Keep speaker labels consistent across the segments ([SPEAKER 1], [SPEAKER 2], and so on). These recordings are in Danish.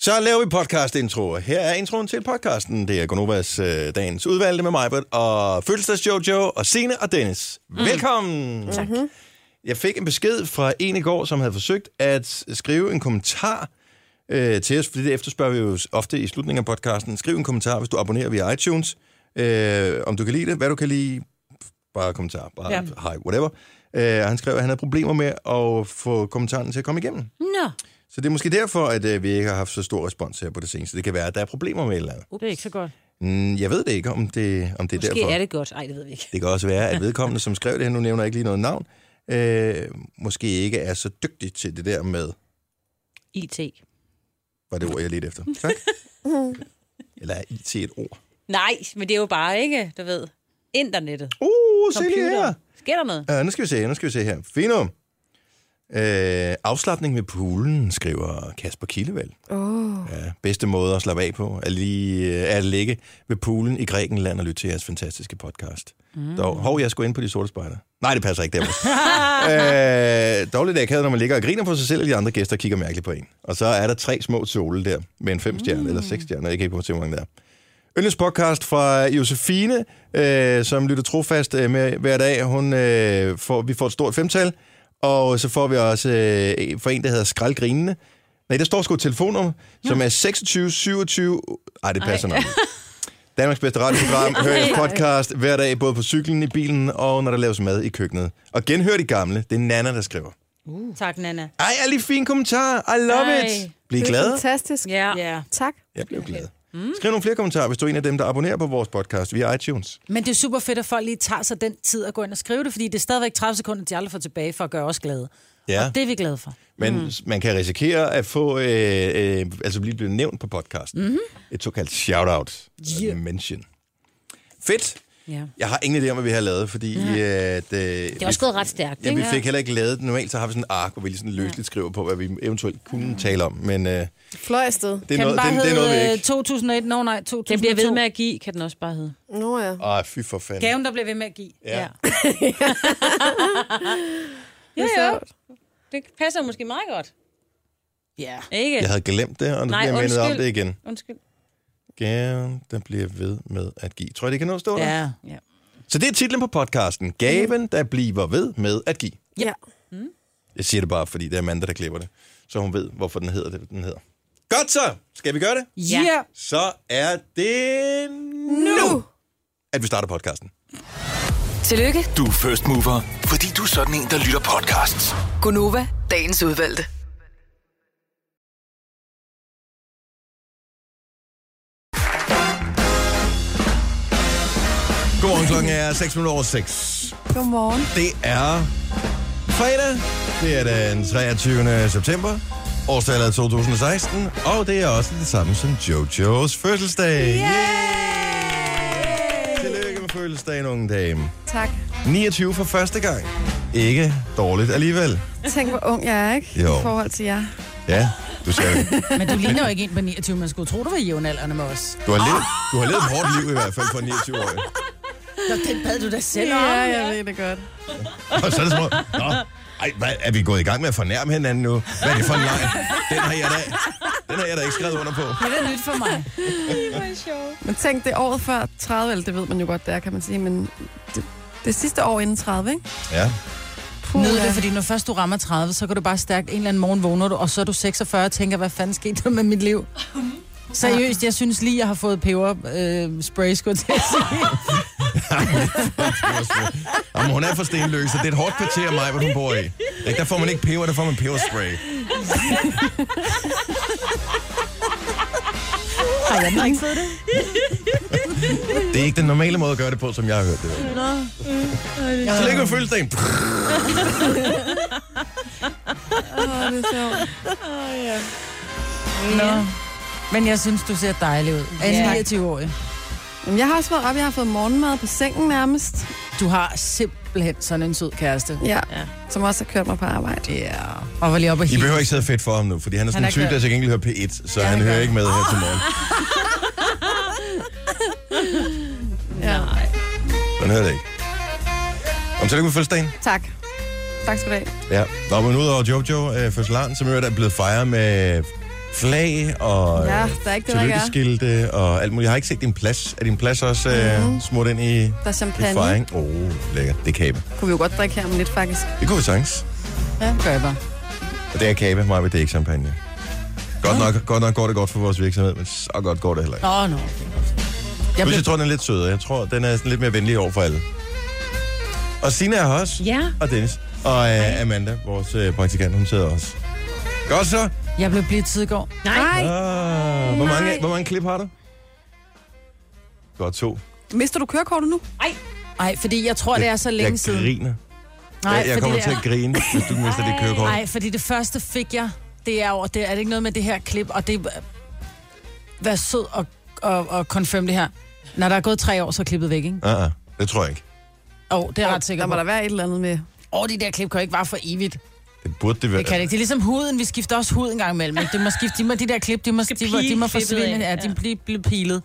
[SPEAKER 1] Så laver vi podcast-intro. Her er introen til podcasten. Det er Gonovas øh, dagens udvalgte med mig, Britt, og fødselsdags Jojo, og Sine og Dennis. Mm. Velkommen! Tak. Jeg fik en besked fra en i går, som havde forsøgt at skrive en kommentar øh, til os, fordi det efterspørger vi jo ofte i slutningen af podcasten. Skriv en kommentar, hvis du abonnerer via iTunes. Øh, om du kan lide det, hvad du kan lide, bare kommentar, bare ja.
[SPEAKER 2] Ja.
[SPEAKER 1] hej, whatever. Øh, og han skrev, at han havde problemer med at få kommentaren til at komme igennem.
[SPEAKER 3] Nå,
[SPEAKER 1] Så det er måske derfor, at øh, vi ikke har haft så stor respons her på det seneste. Det kan være, at der er problemer med et eller andet.
[SPEAKER 2] Det er ikke så godt.
[SPEAKER 1] Mm, jeg ved det ikke, om det, om det er
[SPEAKER 3] måske
[SPEAKER 1] derfor.
[SPEAKER 3] er det godt. Ej, det ved vi ikke.
[SPEAKER 1] Det kan også være, at vedkommende, som skrev det her, nu nævner jeg ikke lige noget navn, øh, måske ikke er så dygtig til det der med,
[SPEAKER 3] IT.
[SPEAKER 1] var det ord, jeg ledte efter. Tak. Eller er IT et ord?
[SPEAKER 3] Nej, men det er jo bare ikke, du ved, internettet.
[SPEAKER 1] Uh, se lige her.
[SPEAKER 3] Computer. Sker der noget?
[SPEAKER 1] Uh, nu skal vi se, nu skal vi se her. Fino. Uh, afslappning ved poolen, skriver Kasper Kildevald.
[SPEAKER 2] Åh.
[SPEAKER 1] Ja, bedste måde at slappe af på er, lige, øh, er at ligge ved poolen i Grækenland og lytte til jeres fantastiske podcast. Mm. Dog, hov, jeg skulle ind på de sorte spejder. Nej, det passer ikke der. var- øh, dårligt er akavet, når man ligger og griner på sig selv, og de andre gæster kigger mærkeligt på en. Og så er der tre små sole der, med en fem stjerne mm. eller seks stjerne, jeg kan ikke huske, hvor mange der er. Yndlings podcast fra Josefine, øh, som lytter trofast øh, med hver dag. Hun, øh, får, vi får et stort femtal, og så får vi også øh, for en, der hedder Skraldgrinende. Nej, der står sgu et telefonnummer, ja. som er 26 27... Ej, det passer nok. Danmarks bedste radioprogram. Hør jeres podcast hver dag, både på cyklen, i bilen og når der laves mad i køkkenet. Og genhør de gamle. Det er Nana, der skriver.
[SPEAKER 4] Mm.
[SPEAKER 3] Uh. Tak, Nana.
[SPEAKER 1] Ej, er lige fin kommentar. I love Ej.
[SPEAKER 3] Ej.
[SPEAKER 1] it. Bliv
[SPEAKER 2] Det er
[SPEAKER 1] glad.
[SPEAKER 2] fantastisk.
[SPEAKER 3] Ja. ja.
[SPEAKER 2] Tak.
[SPEAKER 1] Jeg blev glad. Skriv nogle flere kommentarer, hvis du er en af dem, der abonnerer på vores podcast via iTunes.
[SPEAKER 4] Men det er super fedt, at folk lige tager sig den tid at gå ind og skrive det, fordi det er stadigvæk 30 sekunder, de aldrig får tilbage for at gøre os glade.
[SPEAKER 1] Ja.
[SPEAKER 4] Og det er vi glade for.
[SPEAKER 1] Men mm. man kan risikere at få, øh, øh, altså blive blevet nævnt på podcasten. Mm-hmm. Et såkaldt shout-out. Yeah. Mention. Fedt.
[SPEAKER 3] ja.
[SPEAKER 1] Jeg har ingen idé om, hvad vi har lavet, fordi... Ja. Øh, det, det
[SPEAKER 3] Det er også gået ret stærkt,
[SPEAKER 1] Ja,
[SPEAKER 3] ikke?
[SPEAKER 1] vi fik heller ikke lavet den. Normalt så har vi sådan en ark, hvor vi lige sådan løsligt skriver på, hvad vi eventuelt kunne tale om. Men øh, det,
[SPEAKER 2] Fløj afsted.
[SPEAKER 1] er
[SPEAKER 4] Kan den
[SPEAKER 1] noget,
[SPEAKER 4] bare
[SPEAKER 1] det, det er noget, vi
[SPEAKER 4] hedde øh,
[SPEAKER 1] ikke...
[SPEAKER 4] 2001? Nå nej, 2002.
[SPEAKER 3] Den bliver ved med at give, kan den også bare hedde.
[SPEAKER 2] Nå ja.
[SPEAKER 1] Ej, fy for fanden.
[SPEAKER 4] Gaven, der bliver ved med at give.
[SPEAKER 1] Ja.
[SPEAKER 3] Ja,
[SPEAKER 2] Det er
[SPEAKER 3] ja.
[SPEAKER 2] sjovt.
[SPEAKER 3] Det passer måske meget godt.
[SPEAKER 4] Ja.
[SPEAKER 3] Ikke?
[SPEAKER 1] Jeg havde glemt det, og nu
[SPEAKER 3] Nej,
[SPEAKER 1] bliver jeg mindet om
[SPEAKER 3] undskyld.
[SPEAKER 1] det igen.
[SPEAKER 3] Undskyld.
[SPEAKER 1] Gaven, der bliver ved med at give. Tror jeg, det kan nå at stå der?
[SPEAKER 4] Ja.
[SPEAKER 1] Så det er titlen på podcasten. Gaven, der bliver ved med at give.
[SPEAKER 2] Ja.
[SPEAKER 1] Jeg siger det bare, fordi det er Amanda, der klipper det. Så hun ved, hvorfor den hedder det, den hedder. Godt så! Skal vi gøre det?
[SPEAKER 4] Ja.
[SPEAKER 3] Ja.
[SPEAKER 4] ja.
[SPEAKER 1] Så er det nu, at vi starter podcasten.
[SPEAKER 5] Tillykke,
[SPEAKER 6] Du er first mover, fordi du er sådan en, der lytter podcasts.
[SPEAKER 5] Gunova, dagens udvalgte.
[SPEAKER 1] Godmorgen, klokken er 6 minutter over 6.
[SPEAKER 2] Godmorgen.
[SPEAKER 1] Det er fredag. Det er den 23. september. Årstallet er 2016. Og det er også det samme som Jojos fødselsdag. Yay! Tillykke med fødselsdagen, unge dame.
[SPEAKER 2] Tak.
[SPEAKER 1] 29 for første gang. Ikke dårligt alligevel.
[SPEAKER 2] Tænk, hvor ung jeg er, ikke?
[SPEAKER 1] Jo.
[SPEAKER 2] I forhold til jer.
[SPEAKER 1] Ja, du skal
[SPEAKER 4] Men du ligner jo ikke en på 29, man skulle tro, du var jævnaldrende med os.
[SPEAKER 1] Du har levet, du har levet et hårdt liv i hvert fald for en 29-årig.
[SPEAKER 4] Nå, den bad du da selv om.
[SPEAKER 2] Ja, jeg ved det godt.
[SPEAKER 1] Og så er det som om, Nå, ej, hvad, er vi gået i gang med at fornærme hinanden nu? Hvad er det for en leg? Den har jeg da, den har jeg da ikke skrevet under på.
[SPEAKER 4] Men det er nyt for mig.
[SPEAKER 2] Men tænk, det er året før 30, eller det ved man jo godt, det er, kan man sige, men det, det er sidste år inden 30, ikke?
[SPEAKER 1] Ja.
[SPEAKER 2] Puh,
[SPEAKER 4] Nyd
[SPEAKER 2] ja.
[SPEAKER 4] det, fordi når først du rammer 30, så kan du bare stærkt en eller anden morgen vågner du, og så er du 46 og tænker, hvad fanden skete der med mit liv? Seriøst, jeg synes lige, jeg har fået peber øh, spray, skulle jeg til at sige.
[SPEAKER 1] Jamen, hun er fra Stenløse, det er et hårdt kvarter mig, hvor hun bor i. Ikke, der får man ikke peber, der får man peberspray.
[SPEAKER 4] Har jeg den ikke fået det?
[SPEAKER 1] Det er ikke den normale måde at gøre det på, som jeg har hørt det. Så ligger fødselsdagen.
[SPEAKER 2] Åh, det er sjovt.
[SPEAKER 4] Nå. Men jeg synes, du ser dejlig ud. Er
[SPEAKER 3] Ja.
[SPEAKER 4] yeah. 29 år.
[SPEAKER 2] Jamen, jeg har også været op, jeg har fået morgenmad på sengen nærmest,
[SPEAKER 4] Du har simpelthen sådan en sød kæreste.
[SPEAKER 2] ja,
[SPEAKER 3] Ja.
[SPEAKER 2] ja. som også har kørt mig på arbejde.
[SPEAKER 4] Ja. Og var lige oppe og
[SPEAKER 1] I
[SPEAKER 4] hilse.
[SPEAKER 1] behøver ikke sidde fedt for ham nu, fordi han er sådan
[SPEAKER 4] Han er
[SPEAKER 1] en type,
[SPEAKER 4] glad.
[SPEAKER 1] der til gengæld hører P1, så
[SPEAKER 4] Ja,
[SPEAKER 1] han
[SPEAKER 4] han
[SPEAKER 1] hører
[SPEAKER 4] gør.
[SPEAKER 1] ikke med her til morgen.
[SPEAKER 2] Ja.
[SPEAKER 1] Han hører det ikke. Om tillykke med fødselsdagen.
[SPEAKER 2] Tak. Tak skal du have.
[SPEAKER 1] Ja. Nå, men udover Jojo, øh, fødselaren, som i øvrigt er blevet fejret med flag og
[SPEAKER 2] Ja,
[SPEAKER 1] øh,
[SPEAKER 2] der er ikke det, der ikke er.
[SPEAKER 1] tillykkeskilte og alt muligt. Jeg har ikke set din plads. Er din plads også øh, smurt ind i,
[SPEAKER 2] Mm-hmm. Der er
[SPEAKER 1] i
[SPEAKER 2] champagne.
[SPEAKER 1] fejring? Åh, oh, lækkert. Det er kage.
[SPEAKER 2] Kunne vi jo godt drikke her om lidt, faktisk.
[SPEAKER 1] Det kunne vi sagtens.
[SPEAKER 4] Ja, gør jeg bare.
[SPEAKER 1] Og det er kage, mig det er ikke champagne. Godt nok, godt nok går det godt for vores virksomhed, men så godt går det heller ikke.
[SPEAKER 4] Nå, nå. Okay. Jeg
[SPEAKER 1] Jeg,
[SPEAKER 4] blev...
[SPEAKER 1] jeg tror, den er lidt sødere. Jeg tror, den er sådan lidt mere venlig over for alle. Og Sina er her også.
[SPEAKER 3] Ja.
[SPEAKER 1] Og Dennis. Og øh, Amanda, vores øh, praktikant, hun sidder også. Godt så.
[SPEAKER 4] Jeg blev blitzet i går.
[SPEAKER 3] Nej.
[SPEAKER 1] Ah, hvor, mange, hvor mange klip har du? Godt to.
[SPEAKER 2] Mister du kørekortet nu?
[SPEAKER 4] Nej, fordi jeg tror, det er så længe
[SPEAKER 1] jeg
[SPEAKER 4] siden.
[SPEAKER 1] griner.
[SPEAKER 4] Nej,
[SPEAKER 1] jeg, jeg
[SPEAKER 4] fordi
[SPEAKER 1] kommer
[SPEAKER 4] det
[SPEAKER 1] til
[SPEAKER 4] er-
[SPEAKER 1] at grine, hvis du mister det kørekort.
[SPEAKER 4] Nej, fordi det første fik jeg, det er over, det er det ikke noget med det her klip, og det vær sød og, og, og confirm det her. Når der er gået tre år, så er klippet væk, ikke?
[SPEAKER 1] Ah, ah, det tror jeg ikke.
[SPEAKER 4] Åh, oh, det er jeg ret sikker
[SPEAKER 2] Der
[SPEAKER 4] på.
[SPEAKER 2] må der være et eller andet med.
[SPEAKER 4] Åh, oh, de der klip kan jo ikke vare for evigt. Det
[SPEAKER 1] Det burde det være.
[SPEAKER 4] kan det ikke. Det er ligesom huden, vi skifter også hud en gang imellem. ikke? Det må skifte, de, må, de der klip, de må, de, må, de må
[SPEAKER 3] pile
[SPEAKER 4] forsvinde.
[SPEAKER 3] klippet af,
[SPEAKER 4] Ja, de
[SPEAKER 3] ja.
[SPEAKER 4] bliver, bliver pilet.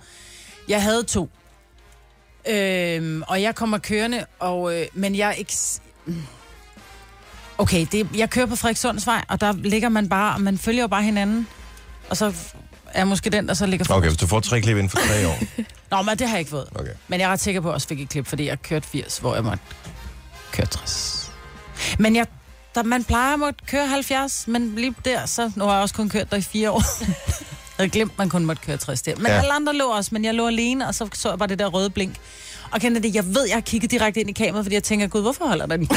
[SPEAKER 4] Jeg havde to. Øhm, og jeg kommer kørende, og, øh, men jeg er ikke... s- Mm. Okay, det, jeg kører på Frederikssundsvej, og der ligger man bare, og man følger jo bare hinanden. Og så er jeg måske den, der så ligger
[SPEAKER 1] Okay,
[SPEAKER 4] forrest.
[SPEAKER 1] hvis du får tre klip inden for tre år.
[SPEAKER 4] Nå, men det har jeg ikke fået.
[SPEAKER 1] Okay.
[SPEAKER 4] Men jeg er ret sikker på, at jeg også fik et klip, fordi jeg kørte 80, hvor jeg måtte køre 60. Men jeg, der, man plejer at måtte køre 70, men lige der, så nu har jeg også kun kørt der i fire år. jeg havde glemt, man kun måtte køre 60 der. Men
[SPEAKER 1] Ja.
[SPEAKER 4] ja. alle andre lå også, men jeg lå alene, og så så jeg bare det der røde blink. Og kender det, jeg ved, jeg har kigget direkte ind i kameraet, fordi jeg tænker, gud, hvorfor holder der den?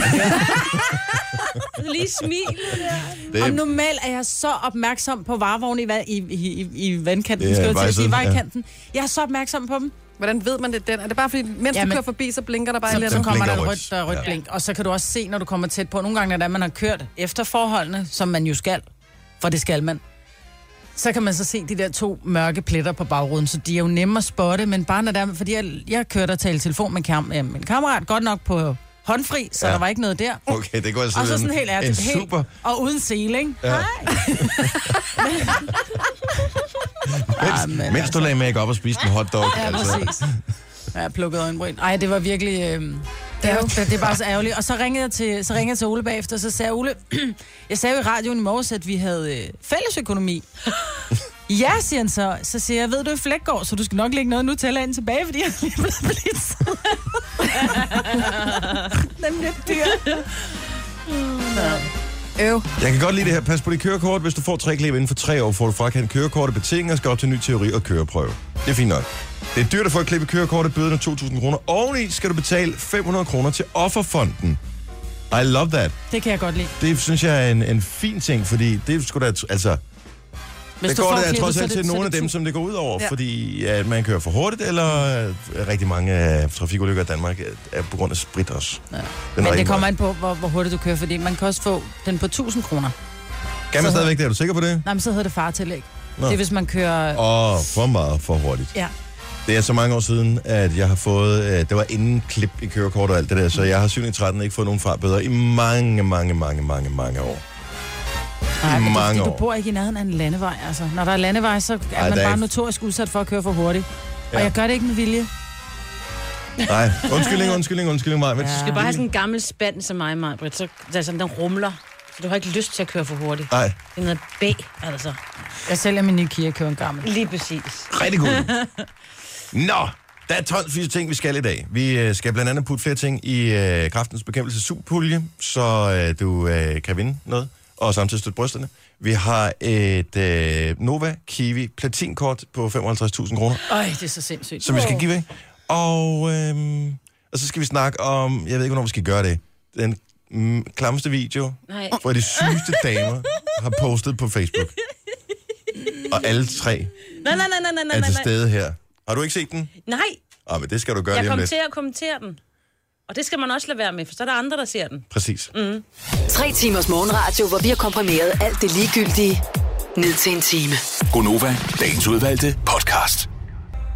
[SPEAKER 3] Lige smil.
[SPEAKER 1] Det,
[SPEAKER 4] Og normalt er jeg så opmærksom på varevognen i, va- i, i, i, i vandkanten,
[SPEAKER 1] Ja,
[SPEAKER 4] yeah, skal jeg til at sige,
[SPEAKER 1] vejsiden, ja.
[SPEAKER 4] vejkanten. Jeg er så opmærksom på dem.
[SPEAKER 2] Hvordan ved man det den? Er det bare fordi, mens du
[SPEAKER 4] Jamen-
[SPEAKER 2] kører forbi, så blinker der bare et
[SPEAKER 4] Så,
[SPEAKER 2] eller
[SPEAKER 4] så
[SPEAKER 1] Den
[SPEAKER 2] andet?
[SPEAKER 4] kommer
[SPEAKER 1] blinker
[SPEAKER 4] der et
[SPEAKER 1] rødt.
[SPEAKER 4] rødt, der er rødt
[SPEAKER 1] Ja.
[SPEAKER 4] blink. Og så kan du også se, når du kommer tæt på, nogle gange, når det er, man har kørt efter forholdene, som man jo skal, for det skal man, så kan man så se de der to mørke pletter på bagruden, så de er jo nemme at spotte, men bare når der, fordi jeg, jeg kørte og talte i telefon med kam, øh, min kammerat, godt nok på håndfri, så
[SPEAKER 1] Ja.
[SPEAKER 4] ja. der var ikke noget der.
[SPEAKER 1] okay, det går altså
[SPEAKER 4] Og så sådan helt
[SPEAKER 1] en
[SPEAKER 4] ærligt. helt-
[SPEAKER 1] super...
[SPEAKER 4] Og uden sele, ikke?
[SPEAKER 1] Ja.
[SPEAKER 4] Ja. Ah,
[SPEAKER 1] Mens,
[SPEAKER 4] men
[SPEAKER 1] mens du lagde make op og spiste en hotdog. altså.
[SPEAKER 4] Ja, præcis. Altså. Ja, jeg plukkede øjenbryn. Ej, det var virkelig... Øh, det, er, det, det er bare så ærgerligt. Og så ringede, jeg til, så ringede jeg til Ole bagefter, og så sagde jeg, Ole, jeg sagde jo i radioen i morges, at vi havde øh, fælles økonomi. Ja, siger han så. Så siger jeg, ved du i Flækgaard, så du skal nok lægge noget nu til ind tilbage, fordi jeg er lige blevet blitzet. Den bliver dyr.
[SPEAKER 2] Øv.
[SPEAKER 1] Jeg kan godt lide det her. Pas på dit kørekort. Hvis du får tre klip inden for tre år, får du frakendt kørekortet betinget og skal op til ny teori og køreprøve. Det er fint nok. Det er dyrt at få et klip i kørekortet, bøden er 2.000 kroner. Oveni skal du betale 500 kroner til offerfonden. I love that.
[SPEAKER 4] Det kan jeg godt lide.
[SPEAKER 1] Det synes jeg er en, en fin ting, fordi det skulle da... Altså,
[SPEAKER 4] Hvis
[SPEAKER 1] det går da
[SPEAKER 4] klippet,
[SPEAKER 1] trods
[SPEAKER 4] så er
[SPEAKER 1] alt til
[SPEAKER 4] så er
[SPEAKER 1] nogle af dem,
[SPEAKER 4] tusind.
[SPEAKER 1] som det går ud over, ja.
[SPEAKER 2] Ja.
[SPEAKER 1] fordi at man kører for hurtigt, eller øh, rigtig mange øh, trafikulykker i Danmark er, er på grund af sprit også. Ja.
[SPEAKER 4] Men det kommer an på, hvor, hvor hurtigt du kører, fordi man kan også få den på 1000 kroner.
[SPEAKER 1] Kan man stadigvæk det? Er du sikker på det?
[SPEAKER 4] Nej, men så hedder det fartillæg.
[SPEAKER 1] Nå.
[SPEAKER 4] Det er, hvis man kører...
[SPEAKER 1] Åh, oh, for meget for hurtigt.
[SPEAKER 4] Ja.
[SPEAKER 1] Det er så mange år siden, at jeg har fået... Øh, det var inden klip i kørekort og alt det der, så jeg har 7. 13 ikke fået nogen fartbøder i mange, mange, mange, mange, mange år.
[SPEAKER 4] Nej, men det er
[SPEAKER 1] mange
[SPEAKER 4] fordi,
[SPEAKER 1] år.
[SPEAKER 4] du bor ikke i nærheden af en landevej, altså. Når der er landevej, så er
[SPEAKER 1] Ej,
[SPEAKER 4] man
[SPEAKER 1] der er
[SPEAKER 4] bare
[SPEAKER 1] ikke-
[SPEAKER 4] notorisk udsat for at køre for hurtigt.
[SPEAKER 1] Ja.
[SPEAKER 4] Og jeg gør det ikke med vilje.
[SPEAKER 1] Nej, undskyldning, undskyldning, undskyldning mig. Men...
[SPEAKER 4] Ja.
[SPEAKER 3] Du skal bare have sådan en gammel spand som mig, mig Britt. Så altså, den rumler. Så du har ikke lyst til at køre for hurtigt.
[SPEAKER 1] Nej,
[SPEAKER 3] Det er noget B, altså.
[SPEAKER 4] Jeg sælger min nye Kia og kører en gammel.
[SPEAKER 3] Lige præcis.
[SPEAKER 1] rigtig god. Nå, der er tonsvis af ting, vi skal i dag. Vi øh, skal blandt andet putte flere ting i øh, kraftens bekæmpelse superpulje, så øh, du øh, kan vinde noget, og samtidig støtte brysterne. Vi har et øh, Nova Kiwi platinkort på 55.000 kroner.
[SPEAKER 4] Øj, det er så sindssygt.
[SPEAKER 1] som vi skal give væk. Og, øhm, og så skal vi snakke om, jeg ved ikke, hvornår vi skal gøre det, den mm, klammeste video
[SPEAKER 3] Nej.
[SPEAKER 1] fra de sygeste damer har postet på Facebook. Og alle tre
[SPEAKER 3] Nej, nej, nej, nej, nej, nej,
[SPEAKER 1] er til
[SPEAKER 3] nej.
[SPEAKER 1] stede her. Har du ikke set den?
[SPEAKER 3] Nej,
[SPEAKER 1] Ah, men det skal du gøre
[SPEAKER 3] jeg
[SPEAKER 1] lige om
[SPEAKER 3] kom
[SPEAKER 1] lidt.
[SPEAKER 3] til at kommentere den. Og det skal man også lade være med, for så er der andre, der ser den.
[SPEAKER 1] Præcis. Mm.
[SPEAKER 5] Tre timers morgenradio, hvor vi har komprimeret alt det ligegyldige ned til en time.
[SPEAKER 6] Gonova, dagens udvalgte podcast.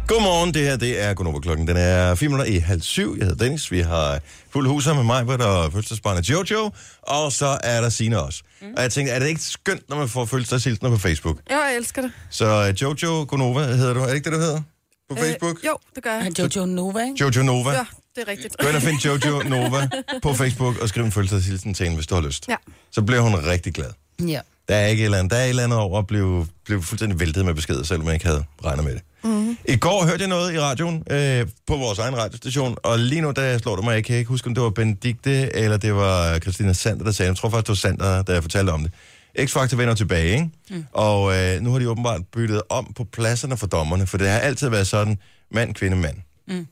[SPEAKER 1] Godmorgen, det her det er Gunova klokken. Den er 4 minutter i halv syv. Jeg hedder Dennis. Vi har fuld hus her med mig, og fødselsbarnet Jojo. Og så er der Sine også. Mm. Og jeg tænkte, er det ikke skønt, når man får fødselsdagshilsener på Facebook?
[SPEAKER 2] Jo, jeg elsker det.
[SPEAKER 1] Så øh, Jojo Gonova hedder du. Er det ikke det, du hedder? På Facebook?
[SPEAKER 2] Øh, jo, det gør jeg.
[SPEAKER 4] Jojo Nova, ikke?
[SPEAKER 1] Jojo Nova.
[SPEAKER 2] Ja, det er rigtigt.
[SPEAKER 1] Gå ind og find Jojo Nova på Facebook og skriv en følelseshilsen til hende, hvis du har lyst.
[SPEAKER 2] Ja.
[SPEAKER 1] Så bliver hun rigtig glad.
[SPEAKER 4] Ja.
[SPEAKER 1] Der er ikke et eller andet, der er et eller andet over at blive, blive fuldstændig væltet med beskeder, selvom jeg ikke havde regnet med det. Mm. I går hørte jeg noget i radioen øh, på vores egen radiostation, og lige nu der slår det mig, jeg kan ikke huske, om det var Benedikte eller det var Christina Sander, der sagde det. Jeg tror faktisk, det var Sander, der fortalte om det. X-Factor vender tilbage, ikke? Mm. Og øh, nu har de åbenbart byttet om på pladserne for dommerne, for det har altid været sådan, mand, kvinde, mand. Mm.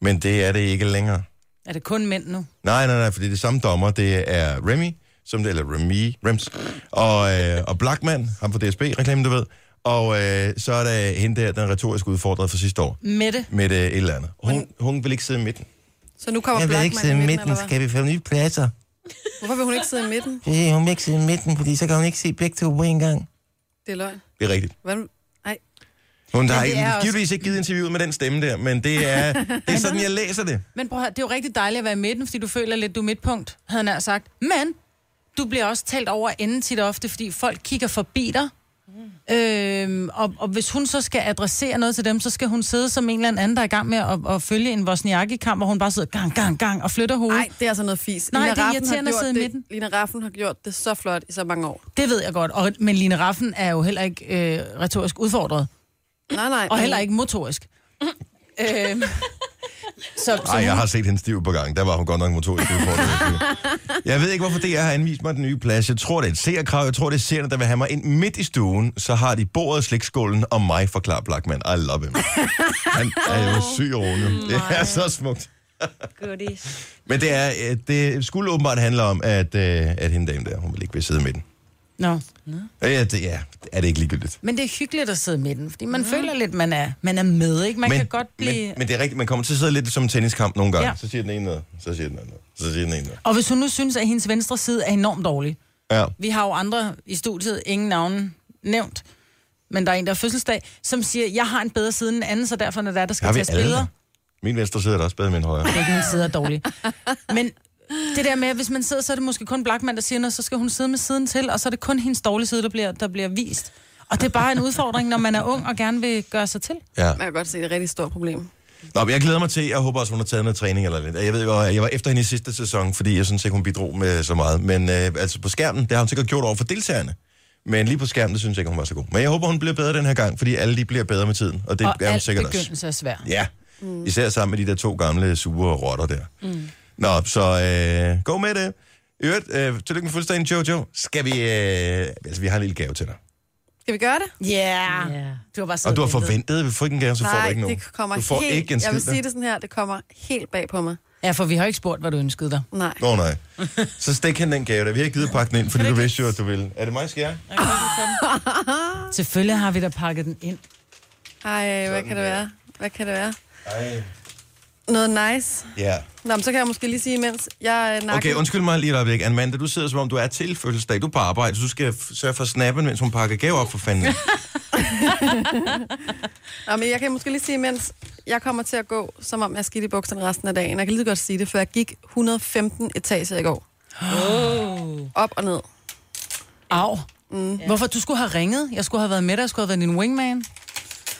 [SPEAKER 1] Men det er det ikke længere.
[SPEAKER 4] Er det kun mænd nu?
[SPEAKER 1] Nej, nej, nej, fordi det samme dommer, det er Remy, som det, eller Remy, Rems, og, øh, og Blackman, ham fra DSB-reklamen, du ved. Og øh, så er der hende der, den retoriske udfordrer fra sidste år,
[SPEAKER 4] Mette.
[SPEAKER 1] med det et eller andet. Hun, hun vil ikke sidde i midten.
[SPEAKER 2] Så nu kommer Blackman i midten, eller hvad?
[SPEAKER 1] vi få nye pladser?
[SPEAKER 2] Hvorfor vil hun ikke sidde i midten?
[SPEAKER 1] Nej, hun vil ikke sidde i midten, fordi så kan hun ikke se begge to på en gang.
[SPEAKER 2] Det er løgn.
[SPEAKER 1] Det er rigtigt.
[SPEAKER 2] Hvad? Nej.
[SPEAKER 1] Hun har
[SPEAKER 4] det
[SPEAKER 1] ikke,
[SPEAKER 4] er også-
[SPEAKER 1] givetvis ikke givet interviewet med den stemme der, men det er, det er sådan, jeg læser det.
[SPEAKER 4] Men prøv at høre, det er jo rigtig dejligt at være i midten, fordi du føler lidt, du er midtpunkt, havde han nær sagt. Men du bliver også talt over enden tit og ofte, fordi folk kigger forbi dig. Øhm, og, og hvis hun så skal adressere noget til dem, så skal hun sidde som en eller anden, der er i gang med at, at følge en Wozniacki-kamp, hvor hun bare sidder gang, gang, gang og flytter hovedet.
[SPEAKER 2] Nej,
[SPEAKER 4] Ej.
[SPEAKER 2] det er altså noget fis.
[SPEAKER 4] Uh. Nej, det er
[SPEAKER 2] Raffen har
[SPEAKER 4] irriterende at
[SPEAKER 2] gjort
[SPEAKER 4] sidde i
[SPEAKER 2] det-
[SPEAKER 4] midten.
[SPEAKER 2] Lina Raffen har gjort det så flot i så mange år.
[SPEAKER 4] Det ved jeg godt. Og, men Line Raffen er jo heller ikke øh, retorisk udfordret.
[SPEAKER 2] Nej, nej.
[SPEAKER 4] Og heller ikke motorisk. øhm, så, så
[SPEAKER 1] Nej, jeg har set hende stiv på gang. Der var hun godt nok motorisk udfordret. jeg ved ikke, hvorfor DR har anvist mig den nye plads. Jeg tror, det er et seerkrav. Jeg tror, det er seerne, der vil have mig ind midt i stuen. Så har de bordet, slikskålen og mig, forklarer Blackman. I love him. Han er jo syg Rune. Det er så smukt.
[SPEAKER 3] Goodies.
[SPEAKER 1] Men det, er, øh, det skulle åbenbart handle om, at, øh, at hende dame der, hun vil ikke blive siddet i midten.
[SPEAKER 4] Nå.
[SPEAKER 1] Øh, Ja, det, ja, er det ikke ligegyldigt.
[SPEAKER 4] Men det er hyggeligt at sidde i midten, fordi man mm. føler lidt, man er, man er med, ikke? Man men, kan godt blive...
[SPEAKER 1] men,
[SPEAKER 4] Men, men...
[SPEAKER 1] men, det er rigtigt, man kommer til at sidde lidt som en tenniskamp nogle gange. Ja.
[SPEAKER 4] Ja.
[SPEAKER 1] Så siger den ene noget, så siger den anden noget, så siger den ene noget.
[SPEAKER 4] Og hvis hun nu synes, at hendes venstre side er enormt dårlig.
[SPEAKER 1] Ja.
[SPEAKER 4] Vi har jo andre i studiet, ingen navne nævnt, men der er en, der er fødselsdag, som siger, jeg har en bedre side end den anden, så derfor, når der, er, der
[SPEAKER 1] Har
[SPEAKER 4] skal
[SPEAKER 1] vi
[SPEAKER 4] tages
[SPEAKER 1] alle?
[SPEAKER 4] billeder,
[SPEAKER 1] Min venstre side er da også bedre end min højre.
[SPEAKER 4] det er ikke, min side er dårlig. Men det der med, at hvis man sidder, så er det måske kun Blackman, der siger noget, så skal hun sidde med siden til, og så er det kun hendes dårlige side, der bliver, der bliver vist. Og det er bare en udfordring, når man er ung og gerne vil gøre sig til.
[SPEAKER 1] Ja.
[SPEAKER 2] Man kan godt se, det er et rigtig stort problem.
[SPEAKER 1] Nå, men jeg glæder mig til, jeg håber også, hun har taget noget træning eller lidt. Jeg ved jo, jeg var efter hende i sidste sæson, fordi jeg synes ikke, hun bidrog med så meget. Men øh, altså på skærmen, det har hun sikkert gjort over for deltagerne. Men lige på skærmen, det synes jeg ikke, hun var så god. Men jeg håber, hun bliver bedre den her gang, fordi alle de bliver bedre med tiden. Og det
[SPEAKER 4] og
[SPEAKER 1] er hun
[SPEAKER 4] alt
[SPEAKER 1] sikkert også.
[SPEAKER 4] begyndelse er svær.
[SPEAKER 1] Ja, mm. især sammen med de der to gamle sure rotter der. Mm. Nå, så øh, gå med det. I øvrigt, øh, tillykke med fødselsdagen, Jojo. Skal vi... Øh, altså, vi har en lille gave til dig.
[SPEAKER 2] Skal vi gøre
[SPEAKER 4] Ja.
[SPEAKER 2] det?
[SPEAKER 4] Yeah.
[SPEAKER 3] Ja.
[SPEAKER 4] Du har bare siddet
[SPEAKER 1] Og du har
[SPEAKER 4] ventet.
[SPEAKER 1] forventet, at vi får ikke en gave, så får du
[SPEAKER 2] nej,
[SPEAKER 1] ikke nogen.
[SPEAKER 2] det kommer
[SPEAKER 1] du får
[SPEAKER 2] helt...
[SPEAKER 1] ikke en
[SPEAKER 2] jeg vil
[SPEAKER 1] skid, da.
[SPEAKER 2] sige det sådan her, det kommer helt bag på mig.
[SPEAKER 4] Ja, for vi har ikke spurgt, hvad du ønskede dig.
[SPEAKER 2] Nej.
[SPEAKER 1] Nå nej. Så stik hende den gave der. Vi har ikke givet at pakke den ind, fordi du vidste jo, at du ville. Er det mig, skal jeg?
[SPEAKER 4] Selvfølgelig har vi da pakket den ind.
[SPEAKER 2] Ej, hvad kan det være? Hvad kan det være?
[SPEAKER 1] Ej.
[SPEAKER 2] Noget nice.
[SPEAKER 1] Ja.
[SPEAKER 2] Nå, men så kan jeg måske lige sige, mens jeg øh, nakker.
[SPEAKER 1] Okay, undskyld mig lige et øjeblik. Amanda, du sidder som om, du er til fødselsdag. Du er på arbejde, så du skal f- sørge for snappen, mens hun pakker gave op for fanden.
[SPEAKER 2] Nå, men jeg kan måske lige sige, mens jeg kommer til at gå, som om jeg er skidt i bukserne resten af dagen. Jeg kan lige godt sige det, for jeg gik 115 etager i går. Oh. Op og ned.
[SPEAKER 4] Au. Mm. Hvorfor? Du skulle have ringet. Jeg skulle have været med dig. Jeg skulle have været din wingman.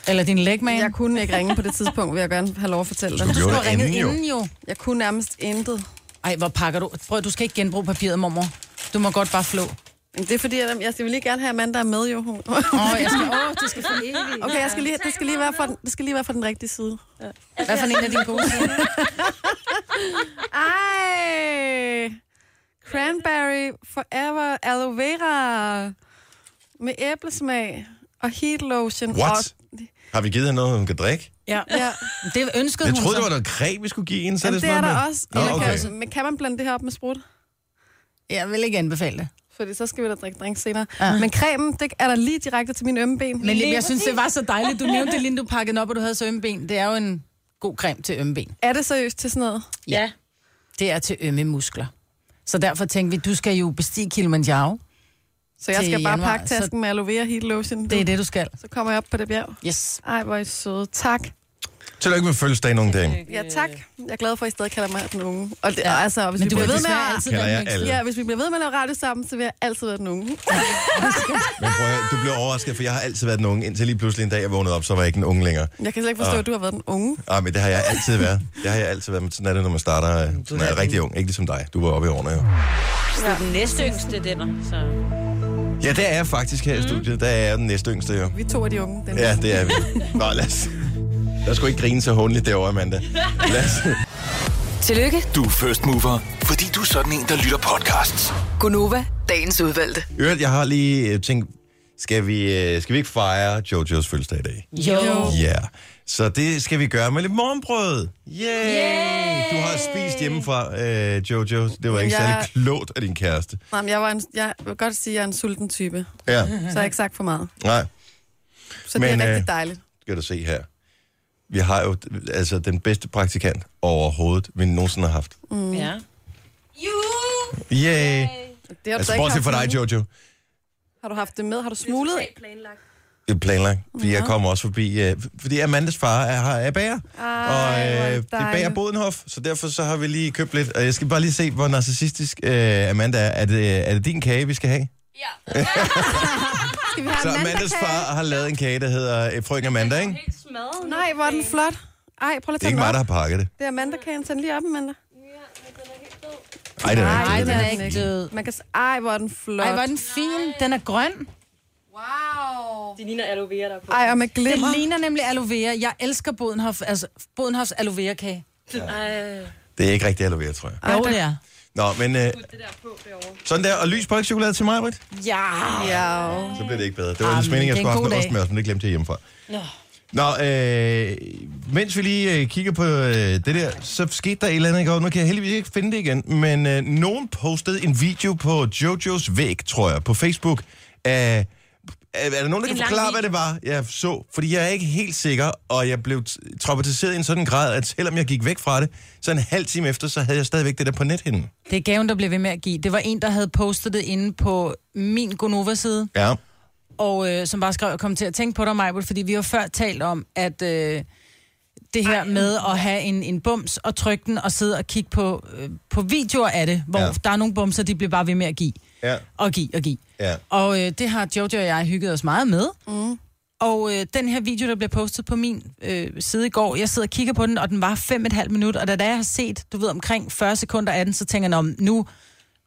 [SPEAKER 4] Eller din legman.
[SPEAKER 2] Jeg kunne ikke ringe på det tidspunkt, vil jeg gerne have lov at fortælle dig.
[SPEAKER 1] Du
[SPEAKER 4] Du skulle
[SPEAKER 1] gjorde
[SPEAKER 4] have
[SPEAKER 1] det
[SPEAKER 4] ringet
[SPEAKER 1] inden jo.
[SPEAKER 4] inden jo.
[SPEAKER 2] Jeg kunne nærmest intet.
[SPEAKER 4] Ej, hvor pakker du? Prøv, du skal ikke genbruge papiret, mormor. Du må godt bare flå. Åh,
[SPEAKER 2] Men det er fordi, jeg, jeg vil lige gerne have Amanda med, jo. hun.
[SPEAKER 4] oh, jeg skal, oh, du skal for evigt.
[SPEAKER 2] Okay, jeg skal lige, det, skal lige være for den, det skal lige være for den rigtige side.
[SPEAKER 4] Hvad for en af dine gode sider?
[SPEAKER 2] Ej! Cranberry Forever Aloe Vera med æblesmag og heat lotion.
[SPEAKER 1] What? Har vi givet hende noget, hun kan drikke?
[SPEAKER 4] Ja.
[SPEAKER 2] Og, ja,
[SPEAKER 4] Det ønskede
[SPEAKER 1] Jeg
[SPEAKER 4] hun
[SPEAKER 1] troede, det
[SPEAKER 4] så.
[SPEAKER 1] var noget creme, vi skulle give hende. Så
[SPEAKER 2] Jamen, det er
[SPEAKER 1] sådan
[SPEAKER 2] der
[SPEAKER 1] noget
[SPEAKER 2] også.
[SPEAKER 1] med-
[SPEAKER 2] Eller
[SPEAKER 1] Nå,
[SPEAKER 2] kan,
[SPEAKER 1] okay.
[SPEAKER 2] altså, men kan man blande det her op med sprut?
[SPEAKER 4] Jeg vil ikke anbefale det.
[SPEAKER 2] Fordi så skal vi da drikke drink senere.
[SPEAKER 4] Ja.
[SPEAKER 2] Ja. Men cremen, det er der lige direkte til mine ømme ben.
[SPEAKER 4] Men jeg, jeg synes, det var så dejligt. Du nævnte det, lige inden du pakkede den op, og du havde så ømme ben. Det er jo en god creme til ømme ben.
[SPEAKER 2] Er det seriøst til sådan noget?
[SPEAKER 3] ja.
[SPEAKER 4] Det er til ømme muskler. Så derfor tænkte vi, du skal jo bestige Kilimanjaro.
[SPEAKER 2] Så jeg
[SPEAKER 4] Til
[SPEAKER 2] skal bare
[SPEAKER 4] januar,
[SPEAKER 2] pakke tasken med aloe vera heat lotion.
[SPEAKER 4] Det er det, du skal.
[SPEAKER 2] Så kommer jeg op på det bjerg.
[SPEAKER 4] Yes.
[SPEAKER 2] Ej, hvor er I søde. Tak.
[SPEAKER 1] Tillykke med fødselsdagen nogle dage.
[SPEAKER 2] Ja, tak. Jeg er glad for, at I stadig kalder mig den unge. Og det, ja. altså, og hvis
[SPEAKER 4] Men
[SPEAKER 2] vi
[SPEAKER 4] du
[SPEAKER 2] bliver
[SPEAKER 4] ved
[SPEAKER 2] ved med
[SPEAKER 4] desværre
[SPEAKER 2] at...
[SPEAKER 4] altid
[SPEAKER 1] Kalder
[SPEAKER 4] være
[SPEAKER 1] jeg
[SPEAKER 4] den
[SPEAKER 1] alle.
[SPEAKER 2] Ja, hvis vi bliver ved med at lave radio sammen, så vil jeg altid være den unge.
[SPEAKER 1] Men prøv at, høre, du blev overrasket, for jeg har altid været den unge, indtil lige pludselig en dag, jeg vågnede op, så var jeg ikke en unge længere.
[SPEAKER 2] Jeg kan slet ikke forstå,
[SPEAKER 1] Ah.
[SPEAKER 2] at du har været den unge.
[SPEAKER 1] Ah, men det har jeg altid været. Det har jeg altid været, men sådan er det, når man starter øh, sådan er rigtig ung. Ikke ligesom dig. Du var oppe i årene, jo.
[SPEAKER 3] Den næste yngste, den er, så...
[SPEAKER 1] Ja, det er jeg faktisk her i studiet. Der er jeg den næste yngste, jo.
[SPEAKER 2] Vi to af de unge. Den
[SPEAKER 1] Ja, det er vi. Nå, lad os... Der skulle ikke grine så håndligt derovre, Amanda. Lad os...
[SPEAKER 5] Tillykke,
[SPEAKER 6] Du er first mover, fordi du er sådan en, der lytter podcasts.
[SPEAKER 5] Gunova, dagens udvalgte.
[SPEAKER 1] Øvrigt, jeg har lige øh, tænkt, skal vi, øh, skal vi ikke fejre Jojos fødselsdag i dag?
[SPEAKER 3] Jo.
[SPEAKER 1] Ja, yeah. så det skal vi gøre med lidt morgenbrød. Yay! Du har spist hjemmefra, øh, Jojo. Det var ikke
[SPEAKER 2] Jeg-
[SPEAKER 1] særlig klogt af din kæreste.
[SPEAKER 2] Nej, men jeg, var en, jeg vil godt sige, at jeg er en sulten type.
[SPEAKER 1] Ja,
[SPEAKER 2] Så har jeg ikke sagt for meget.
[SPEAKER 1] nej,
[SPEAKER 2] Så
[SPEAKER 1] Men,
[SPEAKER 2] det er
[SPEAKER 1] øh,
[SPEAKER 2] rigtig dejligt.
[SPEAKER 1] skal du se her. Vi har jo altså den bedste praktikant overhovedet, vi nogensinde har haft.
[SPEAKER 3] Ja.
[SPEAKER 1] Yay! Yay.
[SPEAKER 2] Det har, du
[SPEAKER 1] Altså,
[SPEAKER 2] så ikke
[SPEAKER 1] bortset
[SPEAKER 2] haft
[SPEAKER 1] fra
[SPEAKER 2] med.
[SPEAKER 1] dig, Jojo.
[SPEAKER 2] har du haft det med? Har du smuglet?
[SPEAKER 1] Det er planlagt, fordi jeg kommer også forbi, øh, fordi Amandas far er, har- er bager,
[SPEAKER 2] Ej,
[SPEAKER 1] og
[SPEAKER 2] hvor er
[SPEAKER 1] øh,
[SPEAKER 2] det
[SPEAKER 1] det er bager
[SPEAKER 2] dejligt.
[SPEAKER 1] Bodenhof, så derfor så har vi lige købt lidt, og jeg skal bare lige se, hvor narcissistisk øh, Amanda er. Er det, er det din kage, vi skal have?
[SPEAKER 2] Skal vi have
[SPEAKER 1] Så Amandas far har lavet en kage, der hedder øh, Frøken Amanda, ikke?
[SPEAKER 2] Nej, hvor er den flot. Ej, prøv lige at
[SPEAKER 1] Det er
[SPEAKER 2] tage
[SPEAKER 1] ikke mig,
[SPEAKER 2] den
[SPEAKER 1] der
[SPEAKER 2] op.
[SPEAKER 1] har pakket det.
[SPEAKER 2] Det er mandakagen. Tag den lige op, Amanda.
[SPEAKER 1] Ej, det er
[SPEAKER 2] Nej,
[SPEAKER 1] ikke
[SPEAKER 2] den
[SPEAKER 1] det.
[SPEAKER 2] er ikke død. Man kan... s- Ej, hvor er den flot.
[SPEAKER 4] Ej, hvor er den fin. Den er grøn.
[SPEAKER 7] Det ligner aloe vera, der er på.
[SPEAKER 2] Ej, og med
[SPEAKER 4] Den
[SPEAKER 2] glimmer.
[SPEAKER 4] ligner nemlig aloe vera. Jeg elsker Bodenhof, altså Bodenhofs aloe vera kage.
[SPEAKER 7] Ej,
[SPEAKER 1] Det er ikke rigtig aloe vera, tror jeg.
[SPEAKER 4] Jo, det er.
[SPEAKER 1] Nå, men øh,
[SPEAKER 7] det der på derovre.
[SPEAKER 1] sådan der, og lys chokolade til mig, Britt.
[SPEAKER 4] Ja.
[SPEAKER 2] Ja,
[SPEAKER 1] Så bliver det ikke bedre. Det var
[SPEAKER 4] Ah,
[SPEAKER 1] en mening, jeg
[SPEAKER 4] men det er en
[SPEAKER 1] skulle have
[SPEAKER 4] god
[SPEAKER 1] haft noget ost
[SPEAKER 4] dag.
[SPEAKER 1] med os, men det glemte jeg hjemmefra. Nå, øh, mens vi lige øh, kigger på øh, det der, så skete der et eller andet i går. Nu kan jeg heldigvis ikke finde det igen, men øh, nogen postede en video på Jojos væg, tror jeg, på Facebook. Af, er, er der nogen, der
[SPEAKER 3] En
[SPEAKER 1] kan
[SPEAKER 3] lang
[SPEAKER 1] forklare,
[SPEAKER 3] video.
[SPEAKER 1] hvad det var, jeg så? Fordi jeg er ikke helt sikker, og jeg blev t- traumatiseret i en sådan grad, at selvom jeg gik væk fra det, så en halv time efter, så havde jeg stadigvæk det der på nethinden.
[SPEAKER 4] Det er gaven, der blev ved med at give. Det var en, der havde postet det inde på min Gonova-side,
[SPEAKER 1] Ja.
[SPEAKER 4] og øh, som bare skrev, jeg kom til at tænke på dig, Majbert, fordi vi har før talt om, at øh, det her med at have en, en bums og trykke den og sidde og kigge på, øh, på videoer af det, hvor
[SPEAKER 1] Ja.
[SPEAKER 4] ja. der er nogle bumser, de bliver bare ved med at give,
[SPEAKER 1] Ja.
[SPEAKER 4] og give, og give.
[SPEAKER 1] Ja.
[SPEAKER 4] Og øh, det har Jojo og jeg hygget os meget med. Mm. Og øh, den her video, der blev postet på min øh, side i går, jeg sidder og kigger på den, og den var 5,5 minutter, og da, da jeg har set, du ved, omkring 40 sekunder af den, så tænker jeg, "Nå, nu,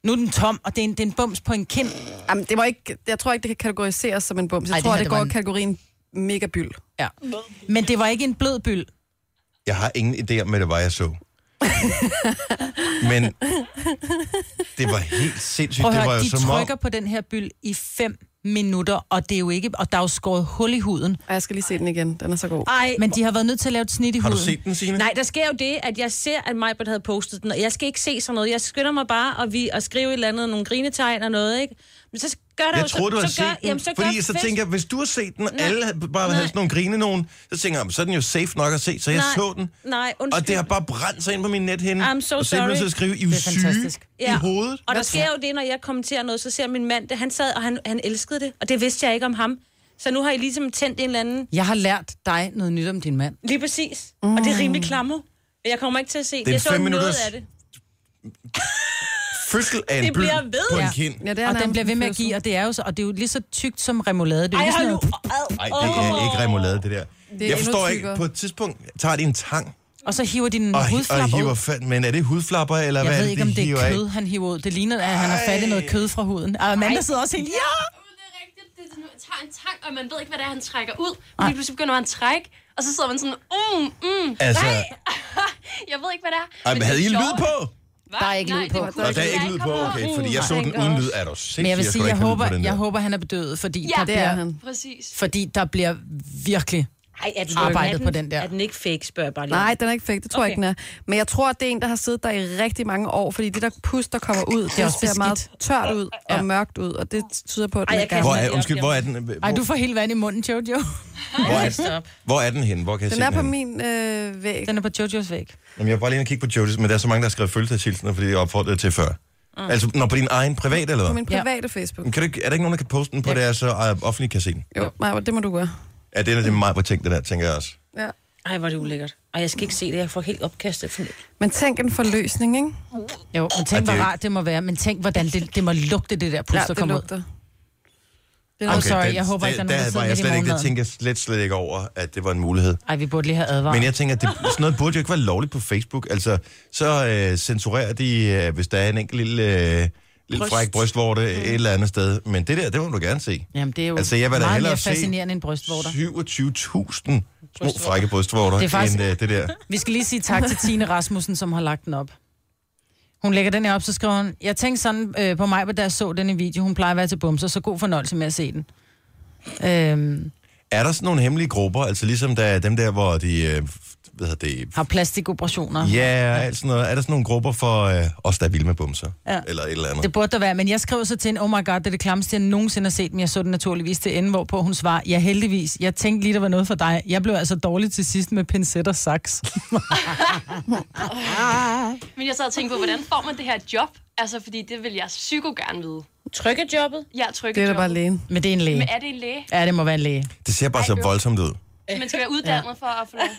[SPEAKER 4] nu er den tom, og det er en, det er en bums på en kind.
[SPEAKER 2] Jamen, det var ikke, jeg tror ikke, det kan kategoriseres som en bums. Jeg
[SPEAKER 4] Ej,
[SPEAKER 2] Ej,
[SPEAKER 4] det
[SPEAKER 2] tror,
[SPEAKER 4] her,
[SPEAKER 2] det,
[SPEAKER 4] det
[SPEAKER 2] går
[SPEAKER 4] var
[SPEAKER 2] i
[SPEAKER 4] en-
[SPEAKER 2] kategorien mega byld.
[SPEAKER 4] Ja. Men det var ikke en blød byld.
[SPEAKER 1] Jeg har ingen idé om, hvad det var, jeg så. Men det var helt sindssygt.
[SPEAKER 4] Prøv
[SPEAKER 1] det
[SPEAKER 4] at
[SPEAKER 1] var
[SPEAKER 4] høre,
[SPEAKER 1] jo
[SPEAKER 4] de
[SPEAKER 1] som om...
[SPEAKER 4] trykker på den her byld i 5 minutter, og det er jo ikke, og der er jo skåret hul i huden.
[SPEAKER 2] Og jeg skal lige se den igen. Den er så god.
[SPEAKER 3] Ej,
[SPEAKER 4] Men de har været nødt til at lave et snit i
[SPEAKER 1] Har du
[SPEAKER 4] huden.
[SPEAKER 1] set den, Signe?
[SPEAKER 3] Nej, der sker jo det, at jeg ser, at Majbert havde postet den, og jeg skal ikke se sådan noget. Jeg skynder mig bare og, vi, og skrive et eller andet, nogle grinetegn og noget, ikke? Men så gør der
[SPEAKER 1] Jeg
[SPEAKER 3] jo, så,
[SPEAKER 1] tror, du har
[SPEAKER 3] så
[SPEAKER 1] set
[SPEAKER 3] gør,
[SPEAKER 1] den,
[SPEAKER 3] jamen, så
[SPEAKER 1] fordi
[SPEAKER 3] gør
[SPEAKER 1] så
[SPEAKER 3] fest-
[SPEAKER 1] tænker jeg, hvis du har set den, og alle havde- bare havde
[SPEAKER 3] Nej.
[SPEAKER 1] sådan nogle grine nogen, så tænker jeg, så er den jo safe nok at se, så jeg
[SPEAKER 3] Nej.
[SPEAKER 1] så den.
[SPEAKER 3] Nej,
[SPEAKER 1] Og det
[SPEAKER 3] undskyld.
[SPEAKER 1] har bare brændt sig ind på min nethinde.
[SPEAKER 3] I'm so
[SPEAKER 1] og så er jeg nødt til
[SPEAKER 3] sorry.
[SPEAKER 1] at skrive, I er jo
[SPEAKER 4] Det er
[SPEAKER 1] syge
[SPEAKER 4] fantastisk.
[SPEAKER 1] i hovedet. Altså.
[SPEAKER 3] Og der sker jo det, når jeg kommenterer noget, så ser min mand det. Han sad, og han, han elskede det, og det vidste jeg ikke om ham. Så nu har I ligesom tændt en eller anden...
[SPEAKER 4] Jeg har lært dig noget nyt om din mand.
[SPEAKER 3] Lige præcis. Mm. Og det er rimelig klammer. Jeg kommer ikke til at se det.
[SPEAKER 1] en
[SPEAKER 3] Jeg så
[SPEAKER 1] fem
[SPEAKER 3] noget
[SPEAKER 1] minutters-
[SPEAKER 3] af det.
[SPEAKER 1] Fødsel af en
[SPEAKER 3] Det
[SPEAKER 1] bøl
[SPEAKER 3] bliver ved.
[SPEAKER 1] på en
[SPEAKER 3] Ja.
[SPEAKER 1] kind.
[SPEAKER 2] Ja, det er
[SPEAKER 4] Og den
[SPEAKER 2] nærmest
[SPEAKER 4] bliver ved
[SPEAKER 2] en
[SPEAKER 4] med at
[SPEAKER 2] fødsel.
[SPEAKER 4] give, og det er jo, så, og det er jo lige så tykt som remoulade. Det er
[SPEAKER 3] Ej,
[SPEAKER 4] jo lige
[SPEAKER 3] hold
[SPEAKER 4] sådan
[SPEAKER 3] nu.
[SPEAKER 4] noget,
[SPEAKER 1] Nej, det er ikke remoulade, det der. Det jeg
[SPEAKER 2] endnu
[SPEAKER 1] forstår ikke,
[SPEAKER 2] tykkere.
[SPEAKER 1] på et tidspunkt tager de en tang
[SPEAKER 4] og så hiver din
[SPEAKER 1] og, og
[SPEAKER 4] hudflap
[SPEAKER 1] hiver
[SPEAKER 4] ud.
[SPEAKER 1] fat, men er det hudflapper, eller hvad
[SPEAKER 4] Jeg
[SPEAKER 1] er
[SPEAKER 4] ved
[SPEAKER 1] det,
[SPEAKER 4] ikke,
[SPEAKER 1] de
[SPEAKER 4] om det
[SPEAKER 1] hiver
[SPEAKER 4] er
[SPEAKER 1] af?
[SPEAKER 4] kød, han hiver ud. Det ligner, at han har fat i noget kød fra huden. Og Amanda sidder også helt, ja!
[SPEAKER 8] Jamen, det er rigtigt. Det er sådan, man tager en tang, og man ved ikke, hvad det er, han trækker ud. Men lige pludselig begynder han at trække, og så sidder man sådan, mm, mm,
[SPEAKER 1] Altså,
[SPEAKER 8] jeg ved ikke, hvad det er.
[SPEAKER 1] ej, men havde I lyd på?
[SPEAKER 8] Der er ikke lyd på.
[SPEAKER 1] Nå, der er ikke lyd på, okay, fordi jeg så den uden lyd. Er du sindssygt,
[SPEAKER 4] Men jeg vil sige, jeg håber,
[SPEAKER 1] den
[SPEAKER 4] jeg
[SPEAKER 1] der.
[SPEAKER 4] håber, han er bedøvet, fordi,
[SPEAKER 8] Ja,
[SPEAKER 4] der
[SPEAKER 2] Det er
[SPEAKER 4] bliver,
[SPEAKER 2] han.
[SPEAKER 8] Præcis.
[SPEAKER 4] fordi der bliver virkelig...
[SPEAKER 3] Ej, er den,
[SPEAKER 4] Arbejdet
[SPEAKER 3] er den,
[SPEAKER 4] på den der.
[SPEAKER 3] Er den ikke fake, spørger jeg bare lige.
[SPEAKER 2] Nej, den er ikke fake. Det tror okay. jeg
[SPEAKER 3] Okay.
[SPEAKER 2] ikke, den er. Men jeg tror, at det er en, der har siddet der i rigtig mange år, fordi det der pus, der kommer ud, det,
[SPEAKER 4] også
[SPEAKER 2] det ser
[SPEAKER 4] beskidt.
[SPEAKER 2] meget tørt ud og mørkt ud, og det tyder på, at den
[SPEAKER 3] Ej,
[SPEAKER 2] er
[SPEAKER 3] jeg kan
[SPEAKER 1] Hvor
[SPEAKER 2] gammel.
[SPEAKER 1] er, undskyld, hvor er den? Hvor,
[SPEAKER 4] Ej, du får helt vand i munden, Jojo.
[SPEAKER 1] hvor, er,
[SPEAKER 3] Stop.
[SPEAKER 1] hvor er den henne? Hvor kan jeg
[SPEAKER 2] Den
[SPEAKER 1] se
[SPEAKER 2] er
[SPEAKER 1] den
[SPEAKER 2] på
[SPEAKER 1] henne?
[SPEAKER 2] min øh, væg.
[SPEAKER 4] Den er på Jojos væg.
[SPEAKER 1] Jamen, jeg var bare lige inde og kigge på Jodis, men der er så mange, der har skrevet følelseshilsener, fordi jeg opfordrede til før.
[SPEAKER 4] Mm.
[SPEAKER 1] Altså, når på din egen privat, eller
[SPEAKER 2] På
[SPEAKER 1] hvad?
[SPEAKER 2] min private Facebook.
[SPEAKER 1] Men Kan du, ikke- er der ikke nogen, der kan poste den på deres så uh, offentlige kasino?
[SPEAKER 2] Jo, Maja, det må du gøre.
[SPEAKER 1] Ja, det er
[SPEAKER 4] Mm.
[SPEAKER 1] det meget på ting, det der, tænker jeg også.
[SPEAKER 2] Ja.
[SPEAKER 3] Ej, hvor er det ulækkert. Ej, jeg skal ikke se det. Jeg får helt opkastet.
[SPEAKER 2] Men tænk en forløsning, ikke?
[SPEAKER 4] Jo, men
[SPEAKER 1] Ej,
[SPEAKER 4] tænk,
[SPEAKER 1] det er
[SPEAKER 4] hvor
[SPEAKER 1] jo-
[SPEAKER 4] rart det må være. Men tænk, hvordan det, det må lugte, det der pus, der
[SPEAKER 2] det
[SPEAKER 4] kommer ud.
[SPEAKER 2] lugter.
[SPEAKER 4] I'm sorry, jeg håber ikke, der er nogen, der
[SPEAKER 1] der var
[SPEAKER 4] sidder
[SPEAKER 1] jeg
[SPEAKER 4] midt i
[SPEAKER 1] slet ikke, der
[SPEAKER 4] morgenmaden.
[SPEAKER 1] tænkte jeg slet, slet ikke over, at det var en mulighed.
[SPEAKER 4] Ej, vi burde lige have advaret.
[SPEAKER 1] Men jeg tænker, at det, sådan noget burde jo ikke være lovligt på Facebook. Altså, så øh, censurerer de, øh, hvis der er en enkelt lille, øh, lille
[SPEAKER 3] Bryst.
[SPEAKER 1] fræk brystvorte
[SPEAKER 4] Mm.
[SPEAKER 1] et eller andet sted. Men det der, det må du gerne se.
[SPEAKER 4] Jamen, det er jo
[SPEAKER 1] Altså, jeg vil da
[SPEAKER 4] meget
[SPEAKER 1] hellere
[SPEAKER 4] mere
[SPEAKER 1] se-
[SPEAKER 4] fascinerende end brystvorter.
[SPEAKER 1] 27.000 små frække brystvorter,
[SPEAKER 4] Det er faktisk-
[SPEAKER 1] end uh, det der.
[SPEAKER 4] Vi skal lige sige tak til Tine Rasmussen, som har lagt den op. Hun lægger den her op, så skriver hun, jeg tænkte sådan øh, på mig, da jeg så denne video. Hun plejer at være til bumser, så god fornøjelse med at se den. Øhm,
[SPEAKER 1] Er der sådan nogle hemmelige grupper, altså ligesom der er dem der, hvor de, øh, hvad hedder det,
[SPEAKER 4] har plastikoperationer.
[SPEAKER 1] ja, og alt sådan noget. Er der sådan nogle grupper for øh, os, der er vilde med bumser?
[SPEAKER 4] Ja.
[SPEAKER 1] Eller et eller andet?
[SPEAKER 4] Det burde der være, men jeg skrev så til en, oh my god, det er det klamste, jeg nogensinde har set, men jeg så den naturligvis til ende, hvorpå hun svarer, ja heldigvis, jeg tænkte lige, der var noget for dig. Jeg blev altså dårlig til sidst med pincet og saks.
[SPEAKER 8] Men jeg sad og tænkte på, hvordan får man det her job? Altså, fordi det vil jeg psyko gerne vide.
[SPEAKER 3] Trykkejobbet?
[SPEAKER 8] Jeg er trykket
[SPEAKER 2] Det er da bare lægen.
[SPEAKER 4] Men det er en læge.
[SPEAKER 8] Men er det en læge?
[SPEAKER 4] Ja, det må være en læge.
[SPEAKER 1] Det ser bare så voldsomt ud.
[SPEAKER 8] Man skal være uddannet for at få det.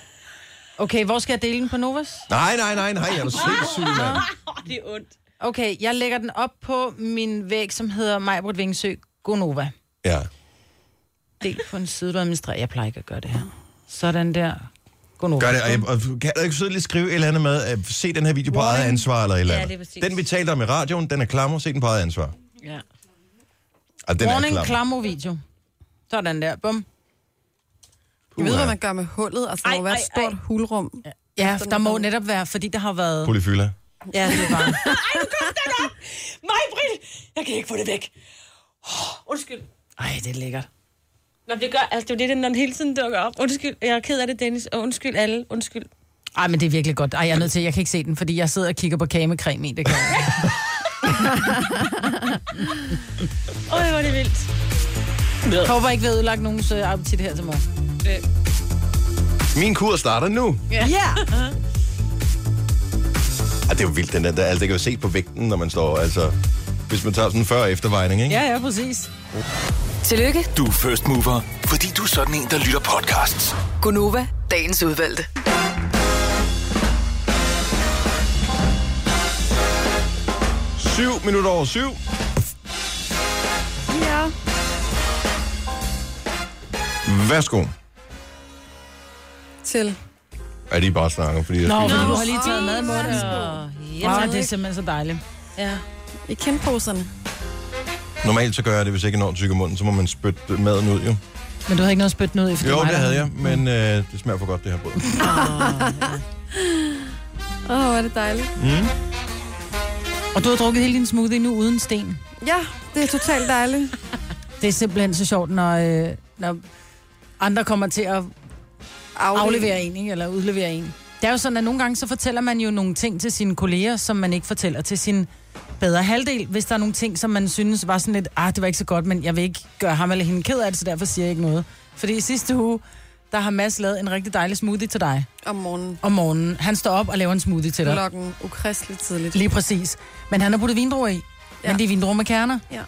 [SPEAKER 4] Okay, hvor skal jeg dele den på Novas?
[SPEAKER 1] Nej, nej, nej, nej, er du sindssyg, mand.
[SPEAKER 3] Åh, det er ondt.
[SPEAKER 4] Okay, jeg lægger den op på min væg, som hedder Majbrud Vingsø Gonova.
[SPEAKER 1] Ja.
[SPEAKER 4] Del på en side, du administrerer. Jeg plejer ikke at gøre det her. Sådan der. Gonova.
[SPEAKER 1] Gør det, og, jeg- og kan du ikke sødt skrive et eller andet med, at se den her video på eget ansvar eller et eller
[SPEAKER 3] Ja,
[SPEAKER 1] andet?
[SPEAKER 3] det er præcis.
[SPEAKER 1] den vi talte om i radioen, den er klammer, se den på eget ansvar.
[SPEAKER 3] Ja.
[SPEAKER 1] Og den
[SPEAKER 4] Warning,
[SPEAKER 1] er klammer.
[SPEAKER 4] klamo video. Sådan der. Bum.
[SPEAKER 2] Jeg ved, hvad man gør med hullet. Altså, der
[SPEAKER 3] Ej,
[SPEAKER 2] må være et
[SPEAKER 3] ej, ej.
[SPEAKER 2] stort hulrum.
[SPEAKER 4] Ja, der må netop være, fordi der har været...
[SPEAKER 1] Polyfyla.
[SPEAKER 4] Ja, det var.
[SPEAKER 3] Mig, Britt! Jeg kan ikke få det væk. Oh, undskyld.
[SPEAKER 4] Ej, det er lækkert.
[SPEAKER 3] Nå, det gør, altså, det er jo det, når den hele tiden dukker op. Undskyld, jeg er ked af det, Dennis. Og undskyld alle. Undskyld.
[SPEAKER 4] Ej, men det er virkelig godt. Ej, jeg er nødt til, jeg kan ikke se den, fordi jeg sidder og kigger på kagecreme i det kan. jeg ikke.
[SPEAKER 3] Øj, hvor er det vildt.
[SPEAKER 4] Jeg håber ikke, vi har ødelagt nogens øh, appetit her til morgen.
[SPEAKER 1] Min kur starter nu.
[SPEAKER 4] Ja! Yeah.
[SPEAKER 1] Ah, det er jo vildt, den der. der- Altså, det kan jo se på vægten, når man står, altså... Hvis man tager sådan en før- og eftervejning, ikke?
[SPEAKER 4] Ja, ja, præcis.
[SPEAKER 5] Tillykke,
[SPEAKER 6] Du er first mover, fordi du er sådan en, der lytter podcasts.
[SPEAKER 5] Gunova, dagens udvalgte.
[SPEAKER 1] Syv minutter over syv.
[SPEAKER 2] Ja.
[SPEAKER 1] Værsgo.
[SPEAKER 2] Til.
[SPEAKER 1] Er de bare snakker, fordi jeg
[SPEAKER 4] Nå,
[SPEAKER 1] Nå.
[SPEAKER 4] men du har lige taget mad i munden. Åh, det er simpelthen så dejligt.
[SPEAKER 3] Ja.
[SPEAKER 2] I kindposerne.
[SPEAKER 1] Normalt så gør jeg det, hvis jeg ikke når tyk i munden, så må man spytte maden ud, jo.
[SPEAKER 4] Men du havde ikke noget spyt noget i, fordi
[SPEAKER 1] Jo,
[SPEAKER 4] mig,
[SPEAKER 1] det
[SPEAKER 4] der-
[SPEAKER 1] havde jeg, men øh, det smager for godt, det her brød.
[SPEAKER 2] Åh, oh, hvor er det dejligt.
[SPEAKER 4] Og du har drukket hele din smoothie nu uden sten.
[SPEAKER 2] Ja, det er totalt dejligt.
[SPEAKER 4] Det er simpelthen så sjovt, når, øh, når andre kommer til at aflevere en, ikke? eller udlevere en. Det er jo sådan, at nogle gange så fortæller man jo nogle ting til sine kolleger, som man ikke fortæller til sin bedre halvdel, hvis der er nogle ting, som man synes var sådan lidt, ah, det var ikke så godt, men jeg vil ikke gøre ham eller hende ked af det, så derfor siger jeg ikke noget. Fordi i sidste uge, der har Mads lavet en rigtig dejlig smoothie til dig
[SPEAKER 2] Om morgenen.
[SPEAKER 4] om morgenen. Han står op og laver en smoothie til dig.
[SPEAKER 2] Klokken ukristeligt tidligt.
[SPEAKER 4] Lige præcis. Men han har puttet vindruer i. Ja. Men
[SPEAKER 2] Ja.
[SPEAKER 4] det er vindruer med kerner.
[SPEAKER 2] Ja.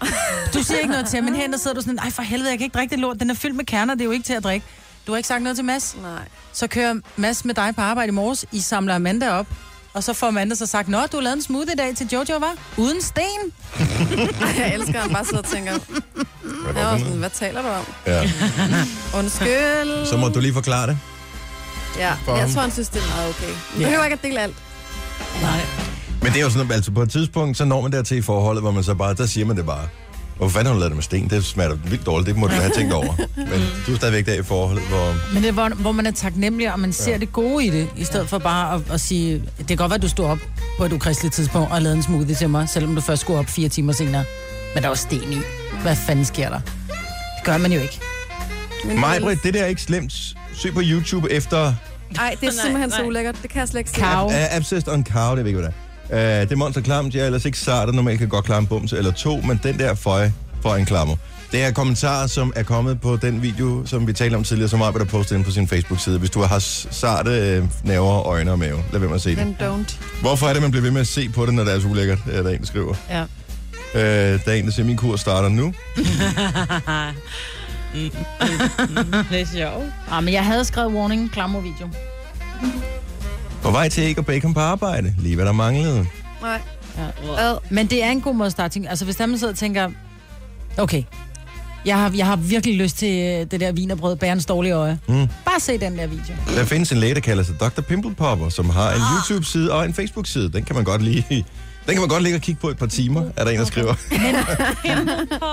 [SPEAKER 4] Du siger ikke noget til ham, men hen, der sidder du sådan, ej for helvede, jeg kan ikke drikke det lort, den er fyldt med kerner, det er jo ikke til at drikke. Du har ikke sagt noget til Mads.
[SPEAKER 2] Nej.
[SPEAKER 4] Så kører Mads med dig på arbejde i morges, I samler Amanda op, og så får Amanda så sagt, Nå, du har lavet en smoothie i dag til Jojo, var Uden sten?
[SPEAKER 2] Jeg elsker, at han bare sidder og tænker,
[SPEAKER 1] Hvad
[SPEAKER 2] jeg
[SPEAKER 1] var
[SPEAKER 2] var
[SPEAKER 1] det
[SPEAKER 2] sådan,
[SPEAKER 1] nu?
[SPEAKER 2] hvad taler du om?
[SPEAKER 1] Ja.
[SPEAKER 2] Undskyld.
[SPEAKER 1] Så må du lige forklare det.
[SPEAKER 2] Ja,
[SPEAKER 1] for
[SPEAKER 2] jeg
[SPEAKER 1] ham.
[SPEAKER 2] tror, han synes, det er meget okay. Vi behøver ikke at dele alt.
[SPEAKER 4] Nej.
[SPEAKER 1] Men det er jo sådan, at altså på et tidspunkt, så når man dertil i forholdet, hvor man så bare, der siger man det bare. Hvorfor fanden har du lavet det med sten? Det smager da vildt dårligt, det må du da have tænkt over. Men du er stadigvæk der i forholdet, hvor...
[SPEAKER 4] Men det er, hvor, hvor man er taknemmelig, og man ser ja. det gode i det, i stedet ja. for bare at, at sige, det kan godt være, at du stod op på et ukristeligt tidspunkt og lavede en smoothie til mig, selvom du først skulle op fire timer senere. Men der var sten i. Hvad fanden sker der? Det gør man jo ikke.
[SPEAKER 2] Men
[SPEAKER 1] Maj, Britt, det der er ikke slemt. Søg på YouTube efter
[SPEAKER 2] Nej, det er simpelthen så
[SPEAKER 3] nej.
[SPEAKER 2] ulækkert. Det kan jeg slet ikke se.
[SPEAKER 4] Kav.
[SPEAKER 1] uh, Abscessed on Cow, det ved jeg ikke, hvad det er. Uh, det er monster klamt, jeg er ellers ikke sart, og normalt kan godt klare en bums eller to, men den der føje for en klammer. Det er kommentarer, som er kommet på den video, som vi talte om tidligere, som arbejder postet inde på sin Facebook-side. Hvis du har s- sarte øh, nerver, øjne og mave, lad være med at se det.
[SPEAKER 2] Men don't.
[SPEAKER 1] Hvorfor er det, man bliver ved med at se på det, når det er så ulækkert? Er der en, der skriver.
[SPEAKER 4] Ja.
[SPEAKER 1] Øh, der er en, der siger, min kur starter nu.
[SPEAKER 3] Det er sjovt.
[SPEAKER 4] Ja, Ah, men jeg havde skrevet warning, klammer video.
[SPEAKER 1] På vej til ikke at bacon på arbejde. Lige hvad der manglede.
[SPEAKER 2] Nej.
[SPEAKER 4] Men det er en god måde at starte ting. Altså, hvis der man sidder og tænker, okay, Jeg har, jeg har virkelig lyst til øh, det der vinerbrød, bærens dårlige øje. Mm. Bare se den der video.
[SPEAKER 1] Der findes en læge, der kalder sig Dr. Pimple Popper, som har en
[SPEAKER 3] Ah.
[SPEAKER 1] YouTube-side og en Facebook-side. Den kan man godt lige... Den kan man godt ligge og kigge på et par timer, er der en, der skriver.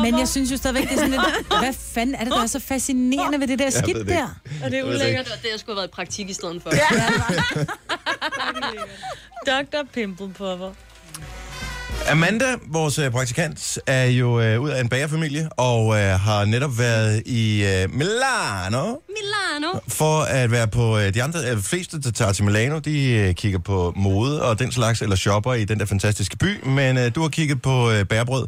[SPEAKER 4] Men jeg synes jo stadigvæk, det er sådan lidt... Hvad fanden er det, der er så fascinerende ved det der
[SPEAKER 1] ved
[SPEAKER 4] skidt
[SPEAKER 1] det ikke.
[SPEAKER 4] der?
[SPEAKER 3] Og det er
[SPEAKER 1] ved det
[SPEAKER 3] ulækkert.
[SPEAKER 8] Det var det, jeg skulle have været i praktik i stedet for.
[SPEAKER 3] Dr. Pimple Popper.
[SPEAKER 1] Amanda, vores øh, praktikant, er jo øh, ud af en bagerfamilie og øh, har netop været i øh, Milano
[SPEAKER 8] Milano.
[SPEAKER 1] for at være på øh, de andre øh, fleste, der tager til Milano. De øh, kigger på mode og den slags, eller shopper i den der fantastiske by. Men øh, du har kigget på øh, bærebrød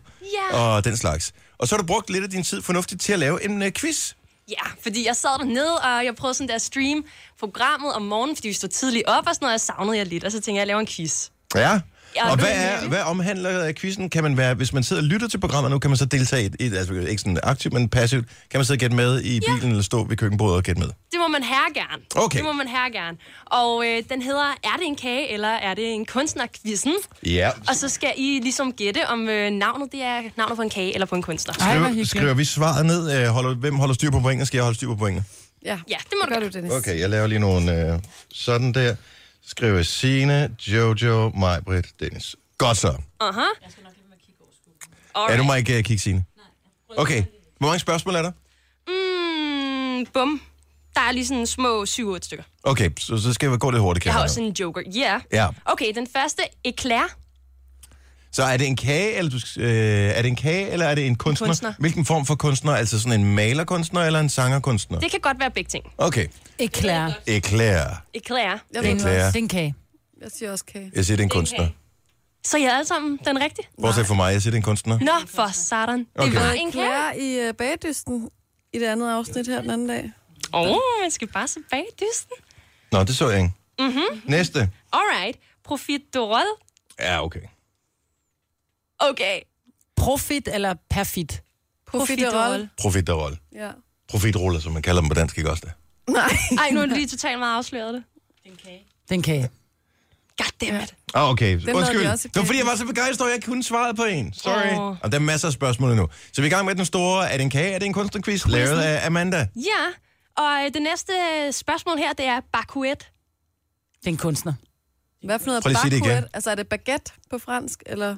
[SPEAKER 8] Ja.
[SPEAKER 1] og den slags. Og så har du brugt lidt af din tid fornuftigt til at lave en øh, quiz.
[SPEAKER 8] Ja, fordi jeg sad dernede, og jeg prøvede sådan der at streame programmet om morgenen, fordi vi stod tidligt op og sådan noget, og jeg savnede jer lidt, og så tænkte jeg, at jeg laver en quiz.
[SPEAKER 1] Ja.
[SPEAKER 8] Ja,
[SPEAKER 1] og
[SPEAKER 8] det
[SPEAKER 1] hvad,
[SPEAKER 8] er
[SPEAKER 1] er,
[SPEAKER 8] det.
[SPEAKER 1] hvad omhandler øh, quizzen? Kan man være, hvis man sidder og lytter til programmet nu, kan man så deltage i, et- i et- altså ikke sådan aktivt, men passivt, kan man sidde og gætte med i bilen, eller stå ved køkkenbordet og gætte med?
[SPEAKER 8] Det må man herre gerne.
[SPEAKER 1] Okay.
[SPEAKER 8] Det må man herre gerne. Og øh, den hedder, er det en kage, eller er det en kunstnerquizzen?
[SPEAKER 1] Ja.
[SPEAKER 8] Og så skal I ligesom gætte, om øh, navnet det er navnet på en kage eller på en kunstner.
[SPEAKER 4] Ej, hvor
[SPEAKER 1] Skriv,
[SPEAKER 4] hyggeligt.
[SPEAKER 1] skriver vi svaret ned? Øh, holder, hvem holder styr på pointene? Skal jeg holde styr på pointene?
[SPEAKER 2] Ja,
[SPEAKER 8] Ja, det må
[SPEAKER 2] gør
[SPEAKER 8] du
[SPEAKER 2] du, Dennis.
[SPEAKER 1] Okay, jeg laver lige nogle øh, sådan der. Skriver Sine, Jojo, Majbrit, Dennis. Godt så.
[SPEAKER 8] Aha.
[SPEAKER 1] Er du mig ikke øh, kigge, Signe? Okay. Hvor mange spørgsmål er der?
[SPEAKER 8] Mm, bum. Der er lige sådan små 7-8 stykker.
[SPEAKER 1] Okay, så, så skal vi gå lidt hurtigt. kan
[SPEAKER 8] Jeg har
[SPEAKER 1] jeg
[SPEAKER 8] også
[SPEAKER 1] regne
[SPEAKER 8] en joker. Ja. Yeah.
[SPEAKER 1] Ja.
[SPEAKER 8] Okay, den første, Eclair.
[SPEAKER 1] ud. Så er det en kage, eller, du skal- øh, er det en kage, eller er det en kunstner?
[SPEAKER 8] kunstner.
[SPEAKER 1] Hvilken form for kunstner? Altså sådan en malerkunstner eller en sangerkunstner?
[SPEAKER 8] Det kan godt være begge ting.
[SPEAKER 1] Okay.
[SPEAKER 4] Ikke klar.
[SPEAKER 1] Eclair.
[SPEAKER 8] Eclair.
[SPEAKER 2] Jeg,
[SPEAKER 1] Det er
[SPEAKER 2] ved,
[SPEAKER 1] klæder.
[SPEAKER 4] Det er en kage.
[SPEAKER 2] jeg siger også kage.
[SPEAKER 1] Jeg siger, det er en kunstner.
[SPEAKER 8] kage. Så I er alle sammen den rigtige?
[SPEAKER 1] Bortset for mig, jeg siger, det er en kunstner.
[SPEAKER 8] Nå, for satan. Det
[SPEAKER 1] Okay.
[SPEAKER 8] var en kage.
[SPEAKER 2] Kære i uh, bagdysten i det andet afsnit her den anden dag.
[SPEAKER 8] Åh, oh, man skal bare se bag dysten.
[SPEAKER 1] Nå, det så jeg ikke. Mm-hmm. Næste.
[SPEAKER 8] Alright. Profit Dorol.
[SPEAKER 1] Ja, okay.
[SPEAKER 8] Okay.
[SPEAKER 4] Profit eller perfit?
[SPEAKER 2] Profiterol.
[SPEAKER 1] Profiterol.
[SPEAKER 2] Ja.
[SPEAKER 1] Profitruller, som man kalder dem på dansk, ikke også det?
[SPEAKER 2] Nej.
[SPEAKER 8] Ej, nu er det lige totalt meget afsløret det.
[SPEAKER 4] Den kage.
[SPEAKER 8] Goddammit.
[SPEAKER 1] Ah, okay.
[SPEAKER 2] lavede
[SPEAKER 1] Undskyld.
[SPEAKER 2] de også i
[SPEAKER 1] Det var fordi, jeg var så begejstret, at jeg ikke kunne svare på en. Sorry.
[SPEAKER 8] Åh.
[SPEAKER 1] Og der er masser af spørgsmål endnu. Så vi er i gang med den store, er det en kage, er det en kunstnerquiz, lavet af Amanda.
[SPEAKER 8] Ja, og øh, det næste spørgsmål her, det er bakuet.
[SPEAKER 4] Det er en kunstner.
[SPEAKER 2] Hvad for noget
[SPEAKER 1] Prøv lige at sige det igen.
[SPEAKER 2] baguette? Altså, er det baguette på fransk, eller?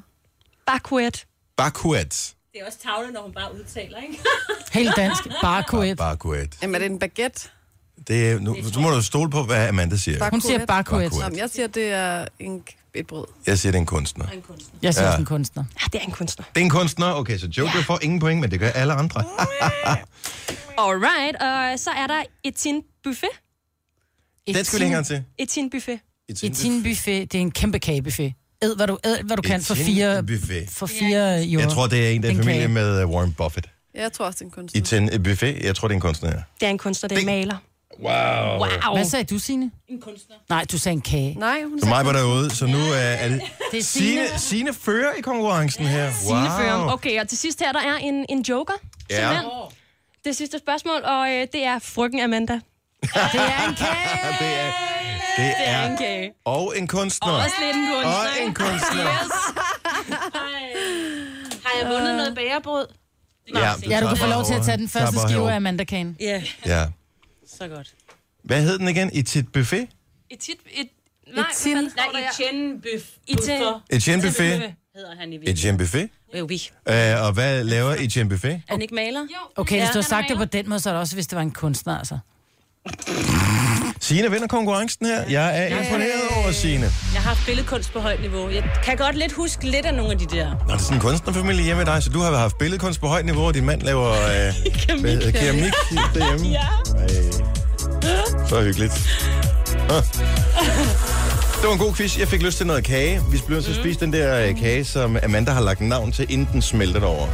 [SPEAKER 8] Bakuet.
[SPEAKER 1] Bakuet.
[SPEAKER 3] Det er også tavle, når hun bare udtaler, ikke?
[SPEAKER 4] Helt dansk. Bare kuet.
[SPEAKER 1] Bakuet.
[SPEAKER 2] Jamen, er det en baguette?
[SPEAKER 1] Det er, nu, så må du stole på, hvad Amanda siger.
[SPEAKER 4] Hun siger bare kuet.
[SPEAKER 1] Baguette.
[SPEAKER 2] Jamen, jeg siger, det er en, et brød.
[SPEAKER 1] Jeg siger, det er en kunstner.
[SPEAKER 4] Jeg siger
[SPEAKER 1] Ja.
[SPEAKER 4] også en kunstner.
[SPEAKER 8] Ja, Ah, det er en kunstner.
[SPEAKER 1] Det er en kunstner. Okay, så Joker får ingen point, men det gør alle andre.
[SPEAKER 8] Alright, og øh, så er der Etienne Buffet.
[SPEAKER 1] Den skal vi længere til.
[SPEAKER 8] Etienne Buffet.
[SPEAKER 4] I tin buffet. Det er en kæmpe kagebuffet. Ed, hvad du, ed, hvad du kan for
[SPEAKER 1] Etienne
[SPEAKER 4] fire,
[SPEAKER 1] Buffet.
[SPEAKER 4] for fire euro.
[SPEAKER 1] Jeg tror, det er en, der er i
[SPEAKER 4] Den
[SPEAKER 1] familie
[SPEAKER 4] kage.
[SPEAKER 1] med øh, Warren Buffett.
[SPEAKER 2] Jeg tror også, det er en kunstner.
[SPEAKER 1] I ten buffet. Jeg tror, det er en kunstner. ja.
[SPEAKER 8] Det er en kunstner, det er en maler.
[SPEAKER 1] Wow.
[SPEAKER 8] Wow.
[SPEAKER 4] Hvad sagde du, Signe? En kunstner. Nej, du sagde en kage.
[SPEAKER 2] Nej, hun
[SPEAKER 1] Så
[SPEAKER 2] sagde-
[SPEAKER 1] mig var derude, så nu øh, er det...
[SPEAKER 4] Det er Signe.
[SPEAKER 1] Sine, Sine fører i konkurrencen her.
[SPEAKER 8] Wow.
[SPEAKER 1] Wow.
[SPEAKER 8] Okay, og til sidst her, der er en, en joker.
[SPEAKER 1] Ja.
[SPEAKER 8] simpelthen. Det sidste spørgsmål, og øh, det er frygten Amanda.
[SPEAKER 4] Det er en kage.
[SPEAKER 1] Ja, det er, det er,
[SPEAKER 8] Okay.
[SPEAKER 1] og en kunstner.
[SPEAKER 8] Også lidt en kunstner.
[SPEAKER 1] Og en kunstner.
[SPEAKER 3] Har jeg vundet noget bagerbrød?
[SPEAKER 4] Ja, du kan få lov til at tage den første
[SPEAKER 1] Klapper
[SPEAKER 4] skive
[SPEAKER 1] herovre.
[SPEAKER 4] af mandakagen.
[SPEAKER 3] Ja,
[SPEAKER 1] Ja.
[SPEAKER 3] så godt.
[SPEAKER 1] Hvad hed den igen? I tit buffet?
[SPEAKER 8] Etit, et, nej,
[SPEAKER 2] Etienne.
[SPEAKER 8] hvad fanden står der her?
[SPEAKER 3] Etienne Bøf.
[SPEAKER 8] Etienne.
[SPEAKER 1] Etienne Buffet.
[SPEAKER 3] hedder han i
[SPEAKER 1] Etienne Buffet.
[SPEAKER 3] virkeligheden.
[SPEAKER 1] Uh, og hvad laver Etienne Buffet?
[SPEAKER 3] Er han ikke maler?
[SPEAKER 8] Jo,
[SPEAKER 4] Okay, hvis
[SPEAKER 8] ja,
[SPEAKER 4] du har
[SPEAKER 8] han er
[SPEAKER 4] sagt det på
[SPEAKER 8] maler.
[SPEAKER 4] den måde, så er det også, hvis det var en kunstner, altså.
[SPEAKER 1] Signe vinder konkurrencen her. Jeg er imponeret over Signe.
[SPEAKER 3] Jeg har haft billedkunst på højt niveau. Jeg kan godt lidt huske lidt af nogle af de der.
[SPEAKER 1] Nå, det er sådan en kunstnerfamilie hjemme med dig, så du har haft billedkunst på højt niveau, og din mand laver øh, hvad hedder det, keramik derhjemme. ja. Så hyggeligt. Huh. Det var en god quiz. Jeg fik lyst til noget kage. Vi bliver nødt til at spise den der øh, kage, som Amanda har lagt navn til, inden den smelter derover.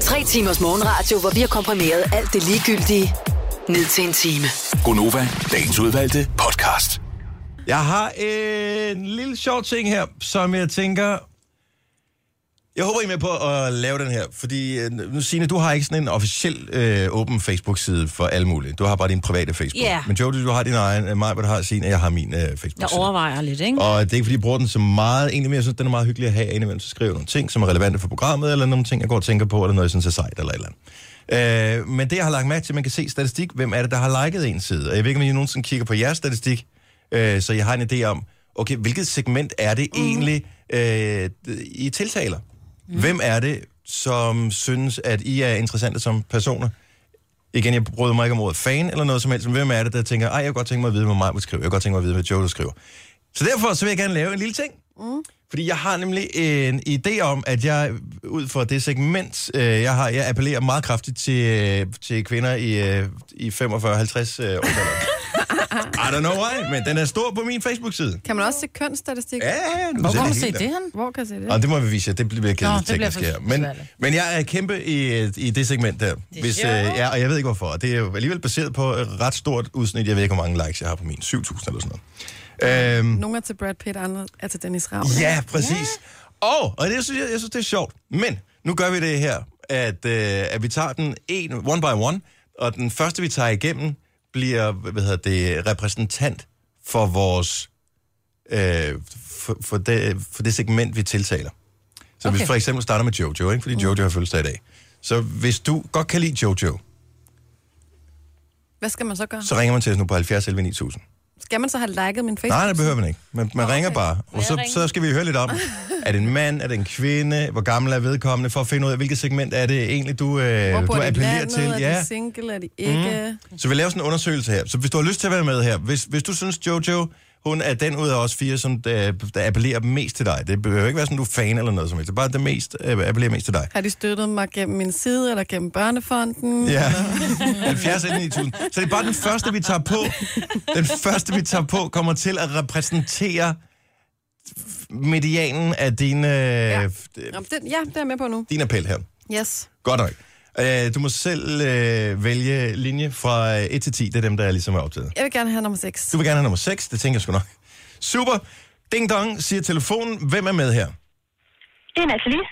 [SPEAKER 5] Tre timers morgenradio, hvor vi har komprimeret alt det ligegyldige ned til en time.
[SPEAKER 6] Gonova, dagens udvalgte podcast.
[SPEAKER 1] Jeg har en lille sjov ting her, som jeg tænker... Jeg håber, I er med på at lave den her, fordi øh, nu, Signe, du har ikke sådan en officiel øh, åben Facebook-side for alle mulige. Du har bare din private Facebook.
[SPEAKER 3] Ja.
[SPEAKER 1] Men Jojo, du har din egen, øh, mig, hvad du har sin, og jeg har min øh, Facebook-side.
[SPEAKER 3] Jeg overvejer lidt, ikke?
[SPEAKER 1] Og det er ikke, fordi jeg bruger den så meget. Egentlig mere, jeg synes, den er meget hyggelig at have. Indimellem så skriver jeg nogle ting, som er relevante for programmet, eller nogle ting, jeg går og tænker på, eller noget, jeg synes er sejt, eller et eller andet. Øh, men det, jeg har lagt mærke til, man kan se statistik. Hvem er det, der har liket en side? Og jeg ved ikke, om I nogensinde kigger på jeres statistik, øh, så jeg har en idé om, okay, hvilket segment er det egentlig, øh, I tiltaler? Mm. Hvem er det, som synes, at I er interessante som personer? igen, jeg bryder mig ikke om ordet fan eller noget som helst, men hvem er det, der tænker, ej, jeg kunne godt tænke mig at vide, hvad mig vil skrive, jeg kunne godt tænke mig at vide, hvad Joe skriver. Så derfor så vil jeg gerne lave en lille ting. Mm. Fordi jeg har nemlig en idé om, at jeg ud fra det segment, øh, jeg har, jeg appellerer meget kraftigt til, øh, til kvinder i, øh, i 45-50 øh, år. I don't know why, men den er stor på min Facebook-side.
[SPEAKER 2] Kan man også se kønsstatistik?
[SPEAKER 1] Ja, ja, ja. du
[SPEAKER 4] Hvor
[SPEAKER 1] ser
[SPEAKER 4] kan man
[SPEAKER 1] helt
[SPEAKER 4] se
[SPEAKER 1] der.
[SPEAKER 4] det hen?
[SPEAKER 2] Hvor kan jeg se det?
[SPEAKER 1] Og det må vi vise jer. Det bliver kedeligt
[SPEAKER 4] Nå, det bliver
[SPEAKER 1] teknisk her.
[SPEAKER 4] for
[SPEAKER 1] Men,
[SPEAKER 4] besværligt.
[SPEAKER 1] men jeg er kæmpe i, øh, i det segment der. Det hvis, øh, ja, og jeg ved ikke hvorfor. Det er jo alligevel baseret på et ret stort udsnit. Jeg ved ikke, hvor mange likes jeg har på min. 7.000 eller sådan noget. Øhm,
[SPEAKER 2] Nogle er til Brad Pitt, andre er til Dennis Ravn.
[SPEAKER 1] Ja, præcis. Og, og det synes jeg, jeg synes, det er sjovt. Men nu gør vi det her, at, øh, at vi tager den en, one by one, og den første, vi tager igennem, bliver hvad hedder det, repræsentant for vores øh, for, for, det, for det segment, vi tiltaler. Så okay. hvis for eksempel starter med Jojo, ikke? fordi Jojo har fødselsdag i dag. Så hvis du godt kan lide Jojo,
[SPEAKER 2] Hvad skal man så gøre?
[SPEAKER 1] så ringer man til os nu på 70 11 9000.
[SPEAKER 2] Skal man så have liket min Facebook?
[SPEAKER 1] Nej, det behøver man ikke. Man, man ringer bare, og så, så skal vi høre lidt om, er det en mand, er det en kvinde, hvor gammel er vedkommende, for at finde ud af, hvilket segment er det egentlig, du, øh,
[SPEAKER 2] Hvor
[SPEAKER 1] du
[SPEAKER 2] bor de i
[SPEAKER 1] appellerer
[SPEAKER 2] landet?
[SPEAKER 1] til.
[SPEAKER 2] Er de single? Er de ikke? Mm.
[SPEAKER 1] Så vi laver sådan en undersøgelse her. Så hvis du har lyst til at være med her, hvis, hvis du synes, Jojo, hun er den ud af os fire, som der, der appellerer mest til dig. Det behøver ikke være sådan, du er fan eller noget som helst. Det er bare det mest, øh, appellerer mest til dig.
[SPEAKER 2] Har de støttet mig gennem min side, eller gennem børnefonden?
[SPEAKER 1] Ja, 70 eller 9000. Så det er bare den første, vi tager på. Den første, vi tager på, kommer til at repræsentere medianen af din, ja. øh,
[SPEAKER 2] Nå, men den, ja, det er jeg med på nu.
[SPEAKER 1] din appel her.
[SPEAKER 2] Yes.
[SPEAKER 1] Godt nok. Øh, du må selv øh, vælge linje fra øh, 1 til 10. Det er dem, der ligesom er optaget.
[SPEAKER 2] Jeg vil gerne have nummer 6.
[SPEAKER 1] Du vil gerne have nummer 6. Det tænker jeg sgu nok. Super. Ding dong, siger telefonen. Hvem er med her?
[SPEAKER 9] Det er Nathalie.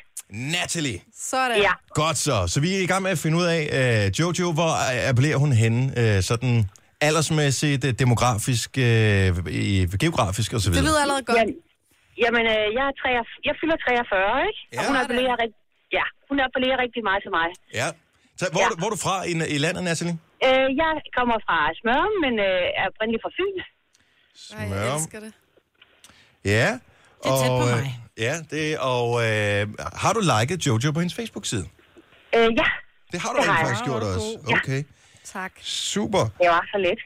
[SPEAKER 1] Natalie.
[SPEAKER 2] Sådan.
[SPEAKER 9] Ja.
[SPEAKER 1] Godt så. Så vi er i gang med at finde ud af, øh, Jojo, hvor øh, appellerer hun henne? Øh, sådan aldersmæssigt, øh, demografisk, øh, i, geografisk osv.
[SPEAKER 2] Det lyder allerede godt.
[SPEAKER 9] Jamen, jamen øh, jeg, er 43, jeg fylder 43, ikke?
[SPEAKER 1] Ja.
[SPEAKER 9] Og hun appellerer, rigt, ja, hun appellerer rigtig meget til mig.
[SPEAKER 1] Ja. Så, hvor,
[SPEAKER 9] Ja.
[SPEAKER 1] Er du, hvor er du fra i, i landet, Natalie?
[SPEAKER 9] Øh, jeg kommer fra Smørum, men øh, er oprindelig fra Fyn.
[SPEAKER 2] Ej, jeg elsker det.
[SPEAKER 1] Ja.
[SPEAKER 3] Det er tæt på
[SPEAKER 1] øh,
[SPEAKER 3] mig.
[SPEAKER 1] Ja, det, og øh, har du liket Jojo på hendes Facebook-side?
[SPEAKER 9] Øh, ja,
[SPEAKER 1] Det har du
[SPEAKER 9] Det har
[SPEAKER 1] rent
[SPEAKER 9] jeg.
[SPEAKER 1] faktisk gjort også. Okay,
[SPEAKER 2] Tak.
[SPEAKER 1] super.
[SPEAKER 9] det var så let.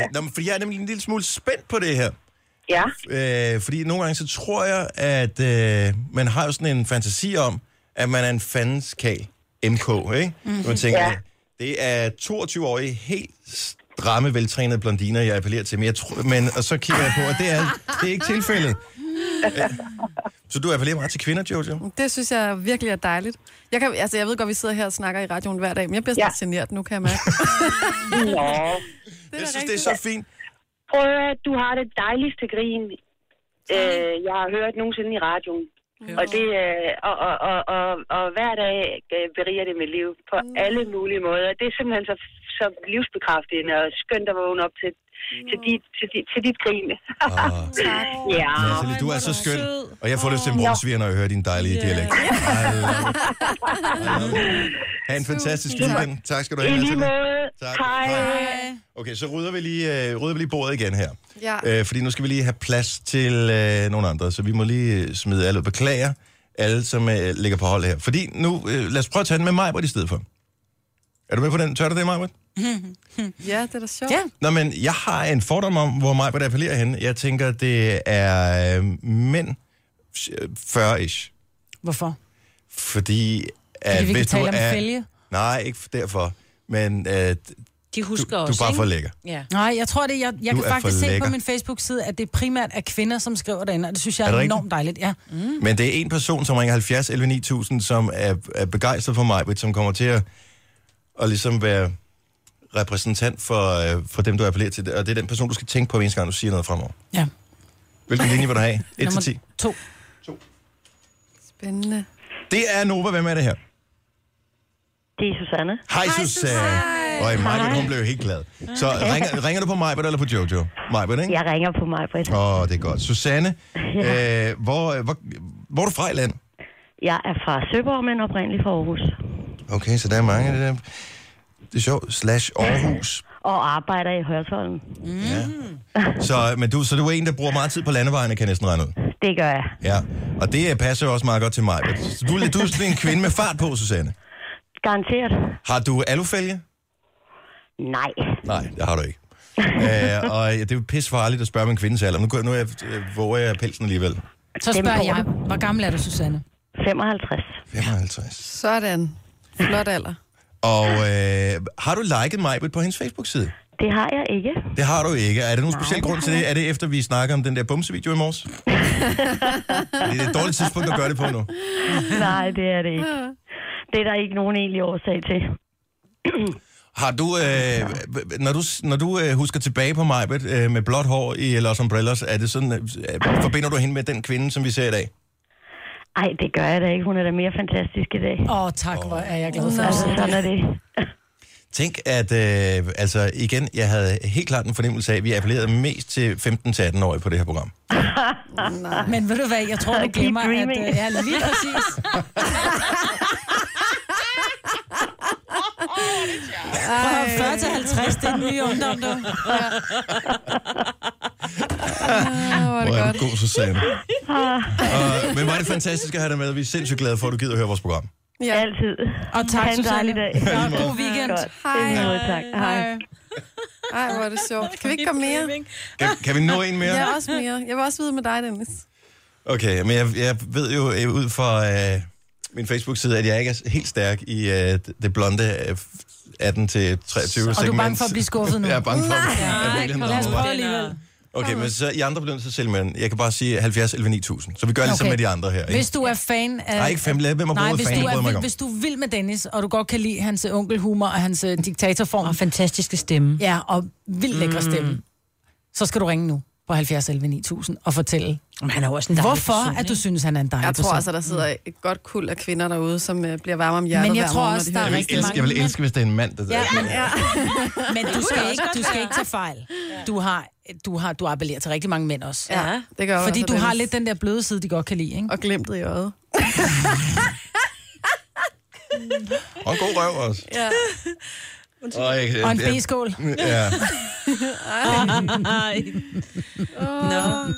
[SPEAKER 1] Øh, nå, men fordi jeg er nemlig en lille smule spændt på det her.
[SPEAKER 9] Ja,
[SPEAKER 1] Øh, fordi nogle gange så tror jeg, at øh, man har jo sådan en fantasi om, at man er en fandenskal MK, ikke? Mm. Man tænker, ja.
[SPEAKER 9] Ja.
[SPEAKER 1] det er 22-årige, helt stramme, veltrænede blondiner, jeg appellerer til. Men, jeg tror, men og så kigger jeg på, at det er, det er ikke tilfældet. Øh, Så du appellerer meget til kvinder, Jojo?
[SPEAKER 2] Det synes jeg virkelig er dejligt. Jeg, kan, altså, jeg ved godt, vi sidder her og snakker i radioen hver dag, men jeg bliver snart ja. genert nu, kan jeg mærke.
[SPEAKER 9] nå.
[SPEAKER 1] Jeg synes, det er så fint.
[SPEAKER 9] Prøv at høre, du har det dejligste grin, øh, jeg har hørt nogensinde i radioen. Og, det, øh, og, og, og, og, og hver dag øh, beriger det mit liv på alle mulige måder. Det er simpelthen så, så livsbekræftende og skønt at vågne op til, til, dit, til, dit, til dit grin.
[SPEAKER 1] Åh,
[SPEAKER 9] ja.
[SPEAKER 1] Natalie, du er så skøn.
[SPEAKER 3] sød.
[SPEAKER 1] Og jeg får lyst til en bronsviger, når jeg hører din dejlige yeah. dialekt. I love it. I love it. Ha' en fantastisk weekend. Tak skal du have,
[SPEAKER 9] I lige
[SPEAKER 1] Natalie.
[SPEAKER 9] måde.
[SPEAKER 1] Tak.
[SPEAKER 9] Hej.
[SPEAKER 1] Hej. Okay, så rydder vi lige, øh, rydder vi lige bordet igen her.
[SPEAKER 2] Ja.
[SPEAKER 1] Øh, fordi nu skal vi lige have plads til øh, nogle andre, så vi må lige øh, smide alle ud. Beklager alle, som øh, ligger på hold her. Fordi nu, øh, lad os prøve at tage den med Majbert i stedet for. Er du med på den? Tør du det, Majbert?
[SPEAKER 2] Ja, det er da sjovt.
[SPEAKER 4] Ja.
[SPEAKER 1] Nå, men jeg har en fordom om, hvor Majbert appellerer henne. Jeg tænker, det er øh, mænd øh, 40-ish.
[SPEAKER 4] Hvorfor?
[SPEAKER 1] Fordi... At,
[SPEAKER 4] Fordi vi kan
[SPEAKER 1] hvis
[SPEAKER 4] tale
[SPEAKER 1] du
[SPEAKER 4] om
[SPEAKER 1] er...
[SPEAKER 4] fælge.
[SPEAKER 1] Nej, ikke derfor. Men øh,
[SPEAKER 3] De
[SPEAKER 1] du,
[SPEAKER 3] husker
[SPEAKER 1] du
[SPEAKER 3] også,
[SPEAKER 1] er bare for lækker.
[SPEAKER 3] ikke? Ja.
[SPEAKER 4] Nej, jeg tror det. Jeg, jeg
[SPEAKER 1] Du
[SPEAKER 4] kan
[SPEAKER 1] er
[SPEAKER 4] faktisk
[SPEAKER 1] for
[SPEAKER 4] se
[SPEAKER 1] lækker.
[SPEAKER 4] på min Facebook-side, at det primært er kvinder, som skriver derinde, og det synes jeg
[SPEAKER 1] Er
[SPEAKER 4] er,
[SPEAKER 1] det
[SPEAKER 4] er
[SPEAKER 1] rigtigt?
[SPEAKER 4] enormt dejligt. Ja.
[SPEAKER 1] Men det er en person, som ringer 70 11 9000, som er, er begejstret for mig, som kommer til at, at ligesom være repræsentant for, øh, for dem, du appellerer til. Og det er den person, du skal tænke på, hver eneste gang du siger noget fremover.
[SPEAKER 4] ja.
[SPEAKER 1] Hvilken linje vil du have? 1 til 10?
[SPEAKER 4] to.
[SPEAKER 2] Spændende.
[SPEAKER 1] Det er Nova. Hvem er det her?
[SPEAKER 9] Det er Susanne.
[SPEAKER 1] Hej, Susanne. Og Majbert, hun blev jo helt glad. Så ringer, ringer du på Majbert eller på Jojo? Majbert, ikke?
[SPEAKER 9] Jeg ringer på mig, Britt.
[SPEAKER 1] Åh, oh, det er godt. Susanne, øh, hvor, hvor, hvor er du fra i land?
[SPEAKER 9] Jeg er fra Søborg, men oprindeligt fra Aarhus.
[SPEAKER 1] Okay, så der er mange af det der. Det er sjovt. Slash Aarhus.
[SPEAKER 9] Og arbejder i Hørsholm.
[SPEAKER 1] Ja. Så, men du, så du er en, der bruger meget tid på landevejene, kan jeg næsten regne ud.
[SPEAKER 9] Det gør jeg.
[SPEAKER 1] Ja, og det øh, passer jo også meget godt til mig. Så Du, er lidt- du er sådan en kvinde med fart på, Susanne.
[SPEAKER 9] Garanteret.
[SPEAKER 1] Har du alufælge?
[SPEAKER 9] Nej.
[SPEAKER 1] Nej, det har du ikke. Æ, og det er jo pisfarligt at spørge med en kvindes alder. Nu, går- nu er jeg, øh, våger jeg pelsen alligevel.
[SPEAKER 4] Så
[SPEAKER 9] Dem
[SPEAKER 4] spørger
[SPEAKER 9] får
[SPEAKER 4] jeg, hvor gammel er du, Susanne?
[SPEAKER 9] 55.
[SPEAKER 1] 55.
[SPEAKER 2] Sådan. Flot alder.
[SPEAKER 1] Og øh, har du liket Majbet på hendes Facebook-side?
[SPEAKER 9] Det har jeg ikke.
[SPEAKER 1] Det har du ikke. Er der nogen speciel grund til det? Er det efter, vi snakker om den der bumsevideo i morges? det er et dårligt tidspunkt at gøre det på nu.
[SPEAKER 9] Nej, det er det ikke. Det er der ikke nogen egentlig årsag til.
[SPEAKER 1] Har du, øh, når du, når du øh, husker tilbage på Majbet øh, med blåt hår i Los Umbrellas, er det sådan, øh, forbinder du hende med den kvinde, som vi ser i dag?
[SPEAKER 9] Ej, det gør jeg da ikke. Hun er da mere fantastisk i dag.
[SPEAKER 4] Åh, oh, tak, hvor er jeg glad for
[SPEAKER 9] Altså,
[SPEAKER 4] det.
[SPEAKER 9] sådan er det.
[SPEAKER 1] Tænk, at øh, altså igen, jeg havde helt klart en fornemmelse af, at vi appellerede mest til 15-18-årige på det her program.
[SPEAKER 4] Men ved du hvad, jeg tror, du
[SPEAKER 9] Keep
[SPEAKER 4] glemmer, at
[SPEAKER 9] dreaming.
[SPEAKER 4] øh, ja, lige præcis. Fra 40 til 50, det er den nye ungdom, du.
[SPEAKER 1] Hvor er du god, Susanne. og, men var det fantastisk at have dig med. Vi er sindssygt glade for, at du gider at høre vores program.
[SPEAKER 2] Ja.
[SPEAKER 9] Altid.
[SPEAKER 4] Og tak,
[SPEAKER 9] Ha' en dejlig
[SPEAKER 4] Susanne.
[SPEAKER 9] dag.
[SPEAKER 4] Og god weekend.
[SPEAKER 9] Godt.
[SPEAKER 2] Hej.
[SPEAKER 9] Det er noget, tak. Hej.
[SPEAKER 2] Ej, hvor er det sjovt. Kan vi ikke komme mere?
[SPEAKER 1] Kan, kan vi nå en mere?
[SPEAKER 2] Ja, også mere. Jeg vil også vide med dig, Dennis.
[SPEAKER 1] Okay, men jeg, jeg ved jo øh, ud fra øh, min Facebook-side, at jeg ikke er helt stærk i øh, det blonde øh, 18-23 segment.
[SPEAKER 4] Og du er bange for at blive skuffet nu?
[SPEAKER 1] Jeg er bange for, at jeg
[SPEAKER 3] Nej,
[SPEAKER 1] virkelig
[SPEAKER 3] kom
[SPEAKER 1] er
[SPEAKER 3] nu.
[SPEAKER 1] blevet
[SPEAKER 4] prøve
[SPEAKER 1] overrasket.
[SPEAKER 4] alligevel.
[SPEAKER 1] Okay, men så i andre bliver nødt til at sælge med den. Jeg kan bare sige 70 11 9000. Så vi gør ligesom
[SPEAKER 4] Okay.
[SPEAKER 1] med de andre her. Ikke?
[SPEAKER 4] Hvis du er fan af...
[SPEAKER 1] Nej, ikke fem lad. Hvem har
[SPEAKER 4] Nej,
[SPEAKER 1] boet
[SPEAKER 4] hvis
[SPEAKER 1] fan?
[SPEAKER 4] du,
[SPEAKER 1] Det bryder
[SPEAKER 4] er
[SPEAKER 1] jeg mig
[SPEAKER 4] vild,
[SPEAKER 1] ikke om.
[SPEAKER 4] hvis du er vild med Dennis, og du godt kan lide hans øh, onkelhumor og hans øh, diktatorform,
[SPEAKER 3] Og fantastiske stemme.
[SPEAKER 4] ja, og vildt lækre
[SPEAKER 1] Mm.
[SPEAKER 4] stemme, så skal du ringe nu på 70 11 9000 og fortælle,
[SPEAKER 3] Men han er jo også en dejlig
[SPEAKER 4] hvorfor
[SPEAKER 3] person,
[SPEAKER 4] at du
[SPEAKER 3] ikke?
[SPEAKER 4] synes, han er en dejlig
[SPEAKER 2] Jeg tror
[SPEAKER 4] person.
[SPEAKER 2] altså, der sidder et godt kul af kvinder derude, som øh, bliver varme om hjertet
[SPEAKER 4] Men jeg
[SPEAKER 2] hver
[SPEAKER 4] tror
[SPEAKER 2] morgen, når
[SPEAKER 4] også,
[SPEAKER 2] de
[SPEAKER 4] der er
[SPEAKER 2] hører
[SPEAKER 1] Jeg
[SPEAKER 2] det.
[SPEAKER 4] rigtig
[SPEAKER 1] vil, elske, jeg
[SPEAKER 4] mange
[SPEAKER 1] vil elske, hvis det er en mand, der... Ja, men, ja.
[SPEAKER 4] Men du skal, ikke, du
[SPEAKER 3] godt
[SPEAKER 4] skal
[SPEAKER 3] være.
[SPEAKER 4] ikke tage fejl. Du har, du har, du appellerer til rigtig mange mænd også.
[SPEAKER 2] Ja, det gør jeg
[SPEAKER 4] Fordi
[SPEAKER 2] også,
[SPEAKER 4] du har
[SPEAKER 2] Dennis.
[SPEAKER 4] lidt den der bløde side, de godt kan lide, ikke?
[SPEAKER 2] Og glemtet i øjet.
[SPEAKER 1] Og en god røv også. Ja. Og, jeg,
[SPEAKER 4] Og en
[SPEAKER 1] jeg,
[SPEAKER 4] B-skål.
[SPEAKER 1] ja.
[SPEAKER 3] Nej. Nå.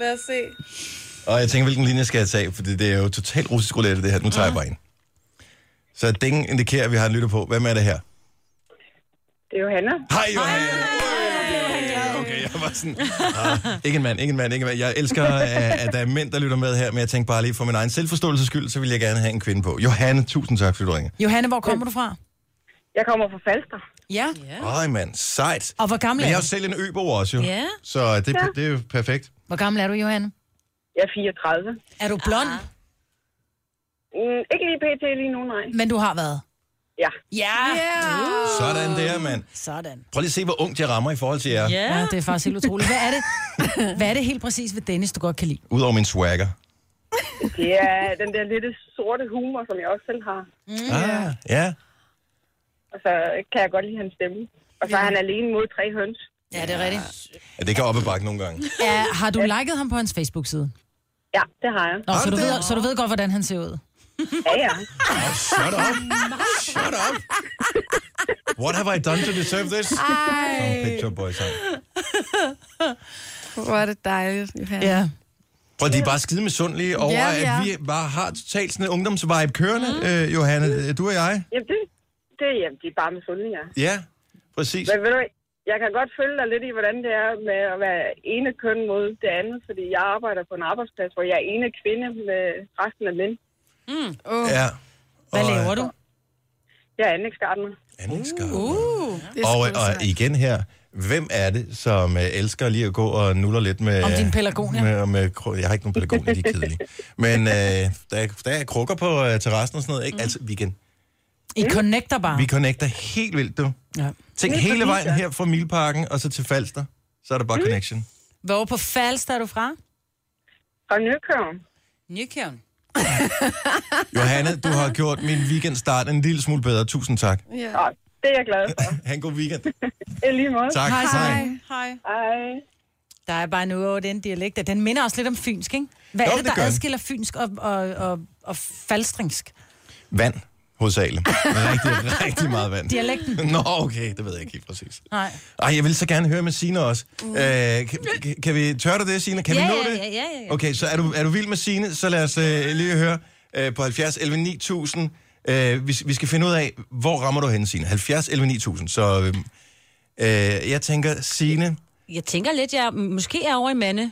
[SPEAKER 2] Lad os se.
[SPEAKER 1] og jeg tænker, hvilken linje skal jeg tage? Fordi det er jo totalt russisk roulette, det her. Nu tager jeg bare en. Så ding indikerer, at vi har en lytter på. Hvem er det her?
[SPEAKER 9] Det er jo Hanna.
[SPEAKER 1] Hej, Johanne! Okay, jeg var sådan, ah, ikke en mand, ikke en mand, ikke en mand. Jeg elsker, at at der er mænd, der lytter med her, men jeg tænkte bare lige for min egen selvforståelses skyld, så vil jeg gerne have en kvinde på. Johanne, tusind tak, fordi du ringede.
[SPEAKER 4] Johanne, hvor kommer du fra?
[SPEAKER 9] Jeg kommer fra Falster.
[SPEAKER 4] Ja.
[SPEAKER 1] Ej, mand, sejt.
[SPEAKER 4] Og hvor gammel
[SPEAKER 1] Men jeg er
[SPEAKER 4] er
[SPEAKER 1] jo
[SPEAKER 4] du?
[SPEAKER 1] selv en øbo også, jo.
[SPEAKER 3] Ja.
[SPEAKER 1] Så det, det er jo perfekt.
[SPEAKER 4] Hvor gammel er du, Johanne?
[SPEAKER 9] Jeg er 34.
[SPEAKER 4] Er du blond?
[SPEAKER 9] Mm, ikke lige pt. lige nu, nej.
[SPEAKER 4] Men du har været.
[SPEAKER 9] Ja.
[SPEAKER 4] Ja.
[SPEAKER 1] Sådan der, mand.
[SPEAKER 4] Sådan.
[SPEAKER 1] Prøv lige at se, hvor ungt jeg rammer i forhold til jer. Yeah.
[SPEAKER 4] Ja,
[SPEAKER 3] Ja.
[SPEAKER 4] det er faktisk helt utroligt. Hvad er det? Hvad er det helt præcis ved Dennis, du godt kan lide?
[SPEAKER 1] Udover min swagger.
[SPEAKER 9] Det er den der lidt sorte humor, som jeg også selv har.
[SPEAKER 1] Mm, ah, ja.
[SPEAKER 9] Og så kan jeg godt lide hans stemme. Og så er han alene mod tre høns.
[SPEAKER 4] Ja, det er rigtigt.
[SPEAKER 1] ja. Det kan op ad bakke nogle gange.
[SPEAKER 4] Ja, har du liket ham på hans Facebook-side?
[SPEAKER 9] Ja, det har jeg.
[SPEAKER 4] Nå, så du, ved, så du ved godt, hvordan han ser ud.
[SPEAKER 9] Ja, ja.
[SPEAKER 1] Shut up. Shut up. What have I done to deserve this? Some picture boys. huh?
[SPEAKER 2] Hvor er det dejligt, Johanne.
[SPEAKER 4] Ja.
[SPEAKER 1] Prøv, de er bare skide misundelige over,
[SPEAKER 2] Ja,
[SPEAKER 1] yeah,
[SPEAKER 2] ja.
[SPEAKER 1] yeah. at vi bare har totalt sådan en ungdomsvibe kørende, mm. øh, Johanne, øh, du og jeg.
[SPEAKER 9] Jamen, det, det jamen, de er bare med ja.
[SPEAKER 1] Ja, præcis.
[SPEAKER 9] Men ved du, hvad, jeg kan godt følge dig lidt i, hvordan det er med at være ene køn mod det andet, fordi jeg arbejder på en arbejdsplads, hvor jeg er ene kvinde med resten af mænd.
[SPEAKER 1] Ja.
[SPEAKER 4] Mm. Hvad
[SPEAKER 1] Og, øh,
[SPEAKER 4] laver du?
[SPEAKER 9] Jeg er anlægsgardner.
[SPEAKER 1] Anlægsgartner.
[SPEAKER 2] Uh, Det er
[SPEAKER 1] Og,
[SPEAKER 2] sgu da
[SPEAKER 1] og
[SPEAKER 2] sejt.
[SPEAKER 1] igen her, hvem er det, som øh, elsker lige at gå og nuller lidt med...
[SPEAKER 4] Om dine pelargonier?
[SPEAKER 1] Med, med, kru- jeg har ikke nogen pelargonier, de er kedelige. Men øh, der, er, der er krukker på øh, terrassen og sådan noget, ikke? Mm. Altså, vi, kan,
[SPEAKER 4] I connecter bare.
[SPEAKER 1] vi connecter helt vildt, du.
[SPEAKER 4] Ja.
[SPEAKER 1] Tænk hele vejen her fra Milparken og så til Falster. Så er der bare connection.
[SPEAKER 4] Hvor på Falster er du fra?
[SPEAKER 9] Fra Nykøren.
[SPEAKER 4] Nykøben.
[SPEAKER 1] Johanne, du har gjort min weekendstart en lille smule bedre. Tusind tak.
[SPEAKER 2] Ja.
[SPEAKER 9] Nå, det er jeg glad for.
[SPEAKER 1] Ha' en god weekend.
[SPEAKER 9] I lige måde.
[SPEAKER 1] Tak.
[SPEAKER 4] Hej, hej.
[SPEAKER 2] Hej.
[SPEAKER 9] Hej.
[SPEAKER 4] Der er bare noget over den dialekt, og den minder også lidt om fynsk, ikke? Hvad
[SPEAKER 1] Jo,
[SPEAKER 4] er det,
[SPEAKER 1] det
[SPEAKER 4] der
[SPEAKER 1] gør den.
[SPEAKER 4] adskiller fynsk og, og, og, og falstringsk?
[SPEAKER 1] Vand hovedsageligt. Rigtig, rigtig meget vand.
[SPEAKER 4] Dialekten.
[SPEAKER 1] Nå, okay, det ved jeg ikke helt præcis.
[SPEAKER 4] Nej.
[SPEAKER 1] Ej, jeg vil så gerne høre med Sine også. Mm. Øh, kan, kan, kan vi tør du det, Sine? Kan
[SPEAKER 3] Ja,
[SPEAKER 1] vi nå
[SPEAKER 3] ja,
[SPEAKER 1] det?
[SPEAKER 3] ja, ja, ja, ja.
[SPEAKER 1] Okay, så er du, er du vild med Sine, så lad os øh, lige høre øh, på 70 11 9000. Øh, vi, vi skal finde ud af, hvor rammer du hen, Sine? 70 11 9000. Så øh, øh, jeg tænker, Sine,
[SPEAKER 3] Jeg tænker lidt, jeg måske er over i mande.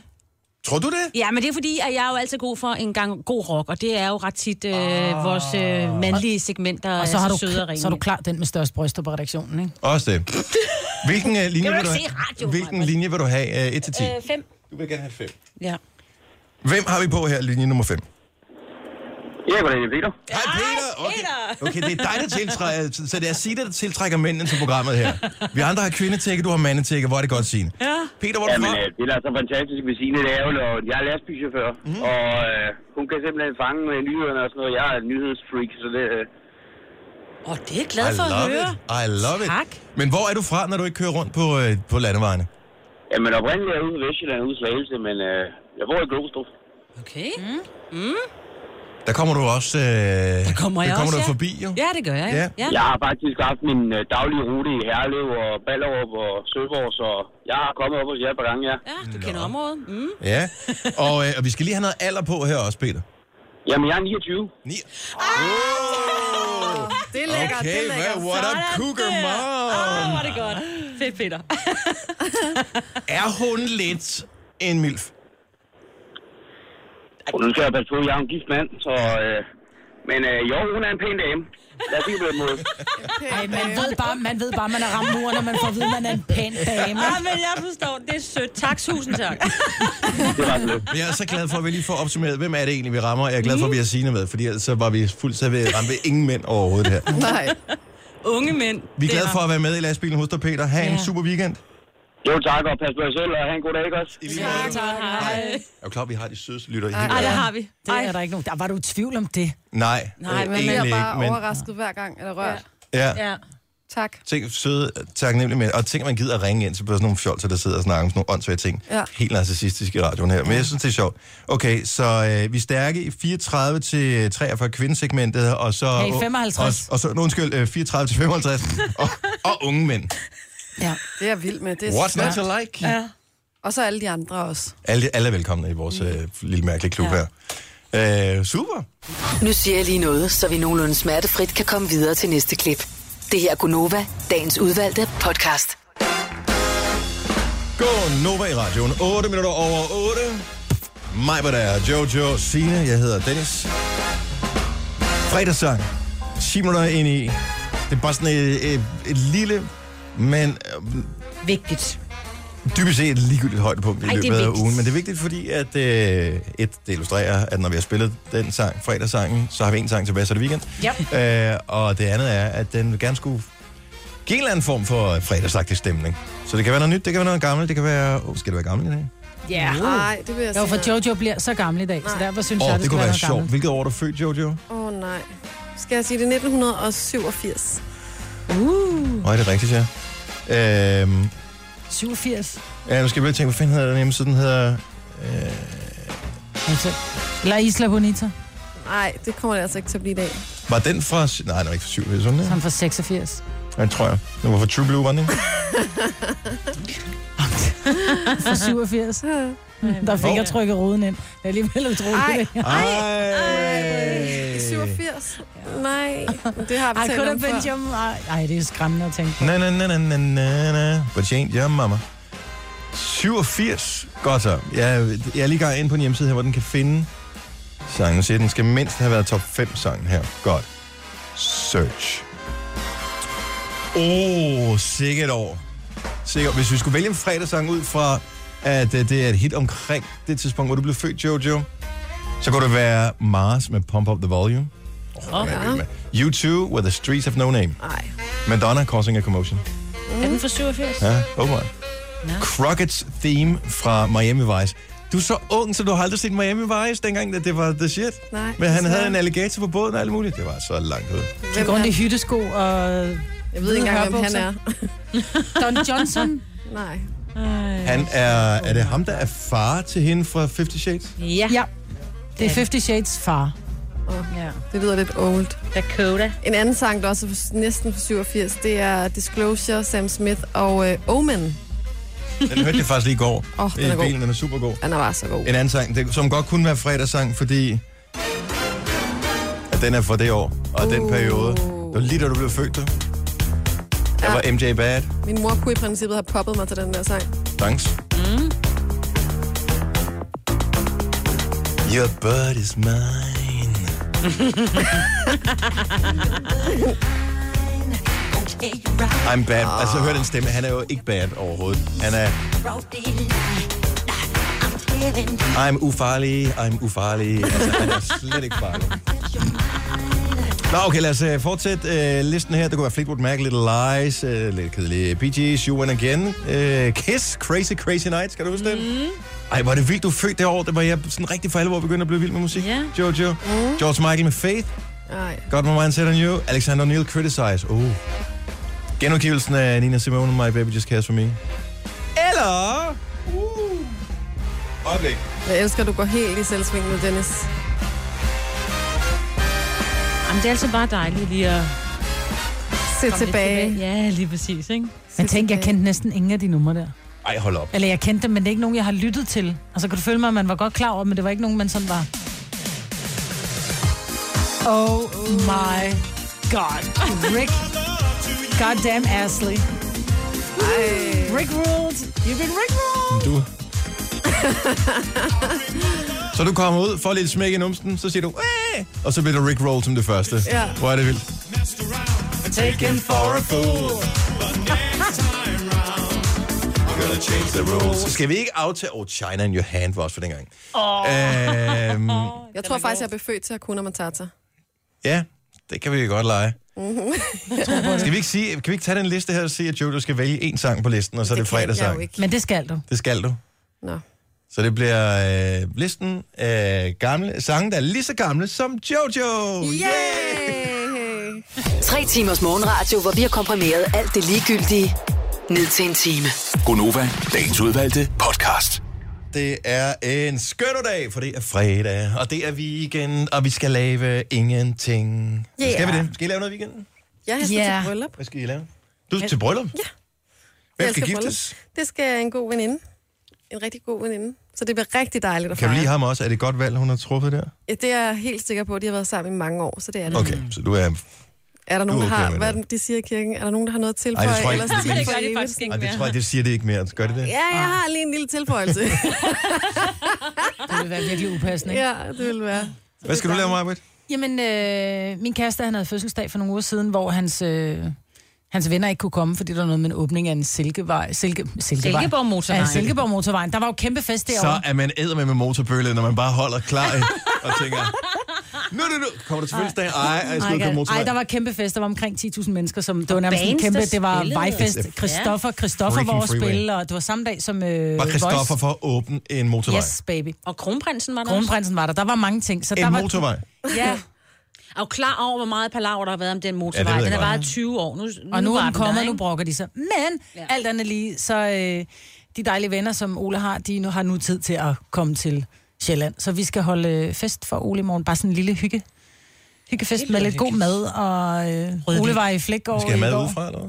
[SPEAKER 1] tror du det?
[SPEAKER 3] Ja, men det er fordi, at jeg er jo altid god for en gang god rock, og det er jo ret tit øh, vores øh, mandlige segment, der
[SPEAKER 4] Og så,
[SPEAKER 3] er
[SPEAKER 4] har du,
[SPEAKER 3] så søde og
[SPEAKER 4] så er du
[SPEAKER 3] rene.
[SPEAKER 4] klar den med størst bryster på redaktionen, ikke?
[SPEAKER 1] Også det. Hvilken øh, linje
[SPEAKER 3] Kan du
[SPEAKER 1] vil du
[SPEAKER 3] ikke se radio,
[SPEAKER 1] Hvilken
[SPEAKER 3] Maja?
[SPEAKER 1] linje vil du have? Øh, 1 til 10.
[SPEAKER 3] Øh, fem.
[SPEAKER 1] Du vil gerne have 5.
[SPEAKER 3] Ja.
[SPEAKER 1] Hvem har vi på her, linje nummer 5?
[SPEAKER 10] Ja, goddag, det er Peter.
[SPEAKER 1] Hej Peter! Okay. okay, det er dig, der tiltrækker, så det er Sina, der tiltrækker mændene til programmet her. Vi andre har kvindetække, du har mandetække, hvor er det godt, Signe. Ja. Peter, hvor er du
[SPEAKER 10] Jamen,
[SPEAKER 1] fra?
[SPEAKER 10] øh, det er altså fantastisk ved Signe Lavl, og jeg er lastbilchauffør, mm. og øh, hun kan simpelthen fange med nyhederne og sådan noget. Jeg er en nyhedsfreak, så det... Øh,
[SPEAKER 3] Og det er jeg glad for at høre.
[SPEAKER 1] it. I love it.
[SPEAKER 3] Tak.
[SPEAKER 1] Men hvor er du fra, når du ikke kører rundt på, øh, på landevejene?
[SPEAKER 10] jamen, oprindeligt er jeg ude i Vestjylland, ude i Slagelse, men øh, jeg bor i Glostrup.
[SPEAKER 3] Okay. Mm.
[SPEAKER 1] Der kommer du også... Øh, der
[SPEAKER 3] kommer jeg
[SPEAKER 1] der kommer
[SPEAKER 3] også,
[SPEAKER 1] du
[SPEAKER 3] ja.
[SPEAKER 1] forbi, jo.
[SPEAKER 3] Ja, det gør jeg.
[SPEAKER 1] Ja.
[SPEAKER 3] ja.
[SPEAKER 10] Jeg har faktisk haft min øh, daglige rute i Herlev og Ballerup og Søborg, så jeg har kommet op hos jer et par gange, ja.
[SPEAKER 3] ja du kender området. Mm.
[SPEAKER 1] ja. Og, øh, og vi skal lige have noget alder på her også, Peter.
[SPEAKER 10] Jamen, jeg er 29.
[SPEAKER 1] Ni.
[SPEAKER 3] Ah,
[SPEAKER 1] Oh!
[SPEAKER 2] Det er lækkert, det
[SPEAKER 1] Okay,
[SPEAKER 2] er lækkert.
[SPEAKER 1] well, what up, cougar
[SPEAKER 3] Åh,
[SPEAKER 1] mom?
[SPEAKER 3] hvor er det godt. Fedt, Peter. Ah.
[SPEAKER 1] Er hun lidt en milf?
[SPEAKER 10] Og nu skal jeg passe på, jeg er en gift mand, så... Øh, men øh, jo, hun er en pæn dame. Lad os sige på den måde.
[SPEAKER 4] Ej, man ved bare, man, ved bare, man er ramt muren, når man får at vide, man er en pæn dame.
[SPEAKER 3] Ja, men jeg forstår. Det er sødt. Tak, tusind tak.
[SPEAKER 10] Det var så lidt.
[SPEAKER 1] Jeg er så glad for, at vi lige får opsummeret, hvem er det egentlig, vi rammer. Jeg er glad for, at vi har Signe med, fordi ellers så var vi fuldt så ved at ramme ingen mænd overhovedet her.
[SPEAKER 2] Nej.
[SPEAKER 3] Unge mænd.
[SPEAKER 1] Vi
[SPEAKER 3] Det
[SPEAKER 1] er glade for at være med i lastbilen hos dig, Peter. Ha' en
[SPEAKER 3] Ja.
[SPEAKER 1] super weekend.
[SPEAKER 10] Jo, tak, og pas på jer selv, og have en god dag, ikke også?
[SPEAKER 1] I lige måde.
[SPEAKER 3] Tak, hej.
[SPEAKER 1] Er du klar, vi har de sødeste lytter i hele
[SPEAKER 3] Ej, det
[SPEAKER 1] verden?
[SPEAKER 3] har vi.
[SPEAKER 4] Det er der ikke nogen. Der var du i tvivl om det.
[SPEAKER 1] Nej,
[SPEAKER 3] Nej,
[SPEAKER 1] øh,
[SPEAKER 2] Man
[SPEAKER 1] egentlig
[SPEAKER 2] bliver bare
[SPEAKER 1] ikke, men...
[SPEAKER 2] overrasket hver gang, eller rørt.
[SPEAKER 1] Ja.
[SPEAKER 3] Ja.
[SPEAKER 2] Tak.
[SPEAKER 1] Tænk søde, taknemmelig mænd. Og tænk, at man gider at ringe ind til sådan nogle fjolser, der sidder og snakker om sådan nogle åndssvage ting.
[SPEAKER 2] Ja.
[SPEAKER 1] Helt narcissistisk i radioen her. Men jeg synes, det er sjovt. Okay, så øh, vi er stærke i 34 til 43 kvindesegmentet, og så...
[SPEAKER 4] Hey, 55.
[SPEAKER 1] Og, og så, nå, undskyld, øh, 34 til 55. og, og unge mænd.
[SPEAKER 4] Ja.
[SPEAKER 2] Det er jeg vild med. Det er
[SPEAKER 1] What's not
[SPEAKER 2] svært.
[SPEAKER 1] to like? Ja.
[SPEAKER 2] Og så alle de andre også.
[SPEAKER 1] Alle, alle er velkomne i vores øh, lille mærkelige klub ja. her. Øh, super.
[SPEAKER 5] Nu siger jeg lige noget, så vi nogenlunde smertefrit kan komme videre til næste klip. Det her er Gunova, dagens udvalgte podcast.
[SPEAKER 1] Gå Nova i radioen. 8 minutter over 8. Mig, hvad der er Jojo, Sine, jeg hedder Dennis. Fredagssang. 10 minutter ind i. Det er bare sådan et, et, et lille, men øh,
[SPEAKER 3] Vigtigt.
[SPEAKER 1] dybest set et ligegyldigt højdepunkt i
[SPEAKER 3] Ej, det er
[SPEAKER 1] løbet af
[SPEAKER 3] vigtigt.
[SPEAKER 1] ugen. Men det er vigtigt, fordi at, øh, et, det illustrerer, at når vi har spillet den sang, fredagssangen, så har vi en sang tilbage, så er det weekend. Yep. Øh, og det andet er, at den gerne skulle give en eller anden form for fredagsagtig stemning. Så det kan være noget nyt, det kan være noget gammelt, det kan være... Oh, skal det være gammelt i dag?
[SPEAKER 4] Ja.
[SPEAKER 2] Nej, det vil jeg
[SPEAKER 4] Jo, for
[SPEAKER 2] sige.
[SPEAKER 4] Jojo bliver så gammel i dag, så derfor synes
[SPEAKER 1] Åh,
[SPEAKER 4] jeg,
[SPEAKER 1] oh,
[SPEAKER 4] det,
[SPEAKER 1] det
[SPEAKER 4] skal
[SPEAKER 1] kunne
[SPEAKER 4] være,
[SPEAKER 1] være
[SPEAKER 4] noget
[SPEAKER 1] sjovt.
[SPEAKER 4] gammelt.
[SPEAKER 1] Hvilket år er du født, Jojo?
[SPEAKER 2] Åh, oh, nej. Skal jeg sige det? er 1987.
[SPEAKER 1] Nej, det er rigtigt, ja. Øhm,
[SPEAKER 4] 87.
[SPEAKER 1] ja, nu skal jeg bare tænke, hvad fanden hedder den hjemmeside? Den hedder... øh,
[SPEAKER 4] La Isla Bonita.
[SPEAKER 2] Nej, det kommer det altså ikke til at blive i dag.
[SPEAKER 1] Var den fra... sy- Nej, den var ikke fra 7, sådan der.
[SPEAKER 4] Han fra 86.
[SPEAKER 1] Ja, det tror jeg. Den var fra True Blue, var den ikke?
[SPEAKER 4] Fra 87. Der fik
[SPEAKER 1] Åh.
[SPEAKER 4] jeg trykket ruden ind. Det er alligevel
[SPEAKER 2] Ej.
[SPEAKER 4] utroligt.
[SPEAKER 1] Ej!
[SPEAKER 2] I 87? Nej, det har vi
[SPEAKER 4] Ej,
[SPEAKER 2] talt
[SPEAKER 4] kunne have
[SPEAKER 2] om før.
[SPEAKER 4] vendt hjem. Ej, ej, det er skræmmende at tænke på.
[SPEAKER 1] Na, na, na, na, na, na, na. But change your mama. 87. Godt så. Jeg, jeg er lige i gang inde på en hjemmeside her, hvor den kan finde sangen. Nu siger jeg, den skal mindst have været top 5 sangen her. Godt. Search. Åh, oh, sikkert år. Sikkert. Hvis vi skulle vælge en fredagssang ud fra, at øh, det er et hit omkring det tidspunkt, hvor du blev født, Jojo, så kunne det være Mars med Pump Up The Volume. Oh, oh, ja. U2 with The Streets Have No Name.
[SPEAKER 2] Nej.
[SPEAKER 1] Madonna Causing a Commotion.
[SPEAKER 3] Er den fra 87?
[SPEAKER 1] Ja, åbenbart. Crockett's Theme fra Miami Vice. Du er så ung, så du har aldrig set Miami Vice, dengang at det var the shit.
[SPEAKER 4] Nej,
[SPEAKER 1] Men han havde
[SPEAKER 4] desværre.
[SPEAKER 1] en alligator på båden og alt muligt. Det var så langt ud.
[SPEAKER 4] Gik rundt i hyttesko og... Jeg
[SPEAKER 2] ved ikke engang, hvem han
[SPEAKER 4] Don Johnson?
[SPEAKER 2] Nej.
[SPEAKER 1] Han er, er det ham, der er far til hende fra Fifty Shades?
[SPEAKER 3] Ja.
[SPEAKER 4] ja. Det er Fifty Shades far.
[SPEAKER 2] Ja. Det lyder lidt old.
[SPEAKER 3] Dakota.
[SPEAKER 2] En anden sang, der også er fra- næsten fra 87, det er Disclosure, Sam Smith og øh, Omen.
[SPEAKER 1] Den hørte jeg faktisk lige i går.
[SPEAKER 2] Åh, den er
[SPEAKER 1] I
[SPEAKER 2] god.
[SPEAKER 1] bilen, den er super god.
[SPEAKER 2] Den er bare så god.
[SPEAKER 1] En anden sang, det- som godt kunne være fredagssang, fordi at den er fra det år og uh. den periode. Det var lige da du blev født, du. Der var MJ Bad,
[SPEAKER 2] Min mor kunne i princippet have poppet mig til den der sang.
[SPEAKER 1] Thanks.
[SPEAKER 2] Mm.
[SPEAKER 1] Your bird is mine. I'm bad. Altså, hør den stemme. Han er jo ikke bad overhovedet. Han er, I'm ufarlig, I'm ufarlig. Altså, han er slet ikke farlig. Nå, okay, lad os øh, fortsætte øh, listen her. Det kunne være Fleetwood Mac, Little Lies, øh, lidt kedelige Bee Gees, You Win Again, øh, Kiss, Crazy Crazy Night. Skal du huske mm. den? Ej, hvor er det vildt, du er født det år. Det var jeg sådan rigtig for alvor begyndte at blive vild med musik. Yeah. Jojo. Mm. George Michael med Faith.
[SPEAKER 2] Nej.
[SPEAKER 1] God My Mind Set On You. Alexander O'Neill Criticize. Oh. Genudgivelsen af Nina Simone, My Baby Just Cares For Me. Eller... Uh. Øjeblik.
[SPEAKER 2] Jeg elsker, at du går helt i selvsving nu, Dennis.
[SPEAKER 3] Jamen, det er altså bare dejligt lige at...
[SPEAKER 2] Se
[SPEAKER 3] komme lidt
[SPEAKER 2] tilbage.
[SPEAKER 3] Ja, lige præcis, ikke?
[SPEAKER 4] Men tænk, jeg kendte næsten ingen af de numre der.
[SPEAKER 1] Ej, hold op.
[SPEAKER 4] Eller jeg kendte dem, men det er ikke nogen, jeg har lyttet til. Og så kan du føle mig, at man var godt klar over, men det var ikke nogen, man sådan var... Oh my god. Rick. Goddamn Ashley. Rick ruled. You've been Rick ruled.
[SPEAKER 1] Du. så du kommer ud, får lidt smæk i numsten, så siger du, Æh! og så bliver du Rick Roll som det første.
[SPEAKER 4] Ja.
[SPEAKER 1] Hvor er det vildt. Taken for a fool. Så skal vi ikke aftage, oh, China in your hand var også for dengang.
[SPEAKER 2] Åh.
[SPEAKER 1] Øhm,
[SPEAKER 2] Jeg tror faktisk, jeg er befødt til Hakuna Matata.
[SPEAKER 1] ja, det kan vi godt lege. Mm-hmm.
[SPEAKER 2] Mhm.
[SPEAKER 1] Skal vi ikke sige, kan vi ikke tage den liste her og sige, at Joe, du skal vælge en sang på listen, og så er det, det fredagssang?
[SPEAKER 4] Men det skal du.
[SPEAKER 1] Det skal du.
[SPEAKER 2] Nå.
[SPEAKER 1] Så det bliver øh, listen af gamle sange, der er lige så gamle som Jojo.
[SPEAKER 2] Yay!
[SPEAKER 5] Tre timers morgenradio, hvor vi har komprimeret alt det ligegyldige ned til en time.
[SPEAKER 6] Gonova, dagens udvalgte podcast.
[SPEAKER 1] Det er en skønnerdag, for det er fredag, og det er weekend, og vi skal lave ingenting.
[SPEAKER 2] Yeah.
[SPEAKER 1] Skal vi det? Skal I lave noget i weekenden?
[SPEAKER 2] Ja, jeg skal
[SPEAKER 1] Ja.
[SPEAKER 2] yeah. til bryllup.
[SPEAKER 1] Hvad skal I lave? Du skal til bryllup? Ja. Hvem
[SPEAKER 2] Jeg
[SPEAKER 1] skal
[SPEAKER 2] elsker bryllup.
[SPEAKER 1] giftes?
[SPEAKER 2] Det skal en god veninde. En rigtig god veninde. Så det bliver rigtig dejligt at
[SPEAKER 1] Kan vi
[SPEAKER 2] fejre.
[SPEAKER 1] lige ham også? Er det et godt valg, hun har truffet der?
[SPEAKER 2] Ja, det er jeg helt sikker på, at de har været sammen i mange år, så det er det.
[SPEAKER 1] Okay, så du er...
[SPEAKER 2] Er der nogen,
[SPEAKER 1] Du
[SPEAKER 2] der
[SPEAKER 1] er okay
[SPEAKER 2] har,
[SPEAKER 1] med
[SPEAKER 2] hvad er det, de siger i kirken? Er der nogen, der har noget at tilføje?
[SPEAKER 1] Ej, det tror jeg
[SPEAKER 2] ellers
[SPEAKER 1] ikke.
[SPEAKER 2] er det
[SPEAKER 3] Det
[SPEAKER 2] for
[SPEAKER 3] gør de
[SPEAKER 2] evigt?
[SPEAKER 3] faktisk ikke
[SPEAKER 1] Ej, det
[SPEAKER 3] mere.
[SPEAKER 1] tror jeg, det siger det ikke mere. Gør det det?
[SPEAKER 2] Ja, jeg har lige en lille tilføjelse.
[SPEAKER 4] Det ville være virkelig upassende. ikke?
[SPEAKER 2] ja, det vil være.
[SPEAKER 1] Hvad skal du lave, Marbet?
[SPEAKER 4] Jamen, øh, min kæreste, han havde fødselsdag for nogle uger siden, hvor hans, øh, hans venner ikke kunne komme, fordi der var noget med en åbning af en silkevej. Silke, silkevej.
[SPEAKER 3] Silkeborg Motorvejen.
[SPEAKER 4] Ja, Silkeborg Motorvejen. Der var jo kæmpe fest
[SPEAKER 1] Så
[SPEAKER 4] derovre.
[SPEAKER 1] er man æder med med motorbøllet, når man bare holder klar i- og tænker... Nu, nu, nu, kommer der til fødselsdag? Ej, ej, jeg skal ud på
[SPEAKER 4] Ej,
[SPEAKER 1] motorvejen.
[SPEAKER 4] der var kæmpe fest. Der var omkring 10.000 mennesker, som det var nærmest en
[SPEAKER 3] bands,
[SPEAKER 4] kæmpe...
[SPEAKER 3] der
[SPEAKER 4] Det var
[SPEAKER 3] spillede.
[SPEAKER 4] vejfest.
[SPEAKER 1] Ja.
[SPEAKER 4] Christoffer, Christoffer
[SPEAKER 1] Breaking
[SPEAKER 4] var også
[SPEAKER 1] Freeway.
[SPEAKER 4] spille, og det var samme dag som... Øh,
[SPEAKER 1] Var Christoffer
[SPEAKER 4] Voice.
[SPEAKER 1] for at åbne en motorvej?
[SPEAKER 4] Yes, baby.
[SPEAKER 3] Og kronprinsen var der også.
[SPEAKER 4] Kronprinsen var der. Der var mange ting. Så
[SPEAKER 1] En
[SPEAKER 4] der var,
[SPEAKER 1] motorvej?
[SPEAKER 4] Ja.
[SPEAKER 3] Er du klar over, hvor meget palaver der har været om den
[SPEAKER 1] Ja,
[SPEAKER 3] motorvej?
[SPEAKER 1] det ved
[SPEAKER 3] Ja, den
[SPEAKER 1] jeg
[SPEAKER 3] har
[SPEAKER 1] godt.
[SPEAKER 3] varet 20 år. Nu,
[SPEAKER 4] Og nu
[SPEAKER 3] var
[SPEAKER 4] er den
[SPEAKER 3] den
[SPEAKER 4] kommet,
[SPEAKER 3] der,
[SPEAKER 4] nu
[SPEAKER 3] ikke?
[SPEAKER 4] brokker de sig. Men ja. alt andet lige, så øh, de dejlige venner, som Ole har, de nu har nu tid til at komme til Sjælland. Så vi skal holde øh, fest for Ole i morgen. Bare sådan en lille hygge. Hyggefest med lidt god mad, og øh, Ole var i Flækgaard
[SPEAKER 1] Skal jeg
[SPEAKER 4] i
[SPEAKER 1] have mad
[SPEAKER 4] går.
[SPEAKER 1] udefra, eller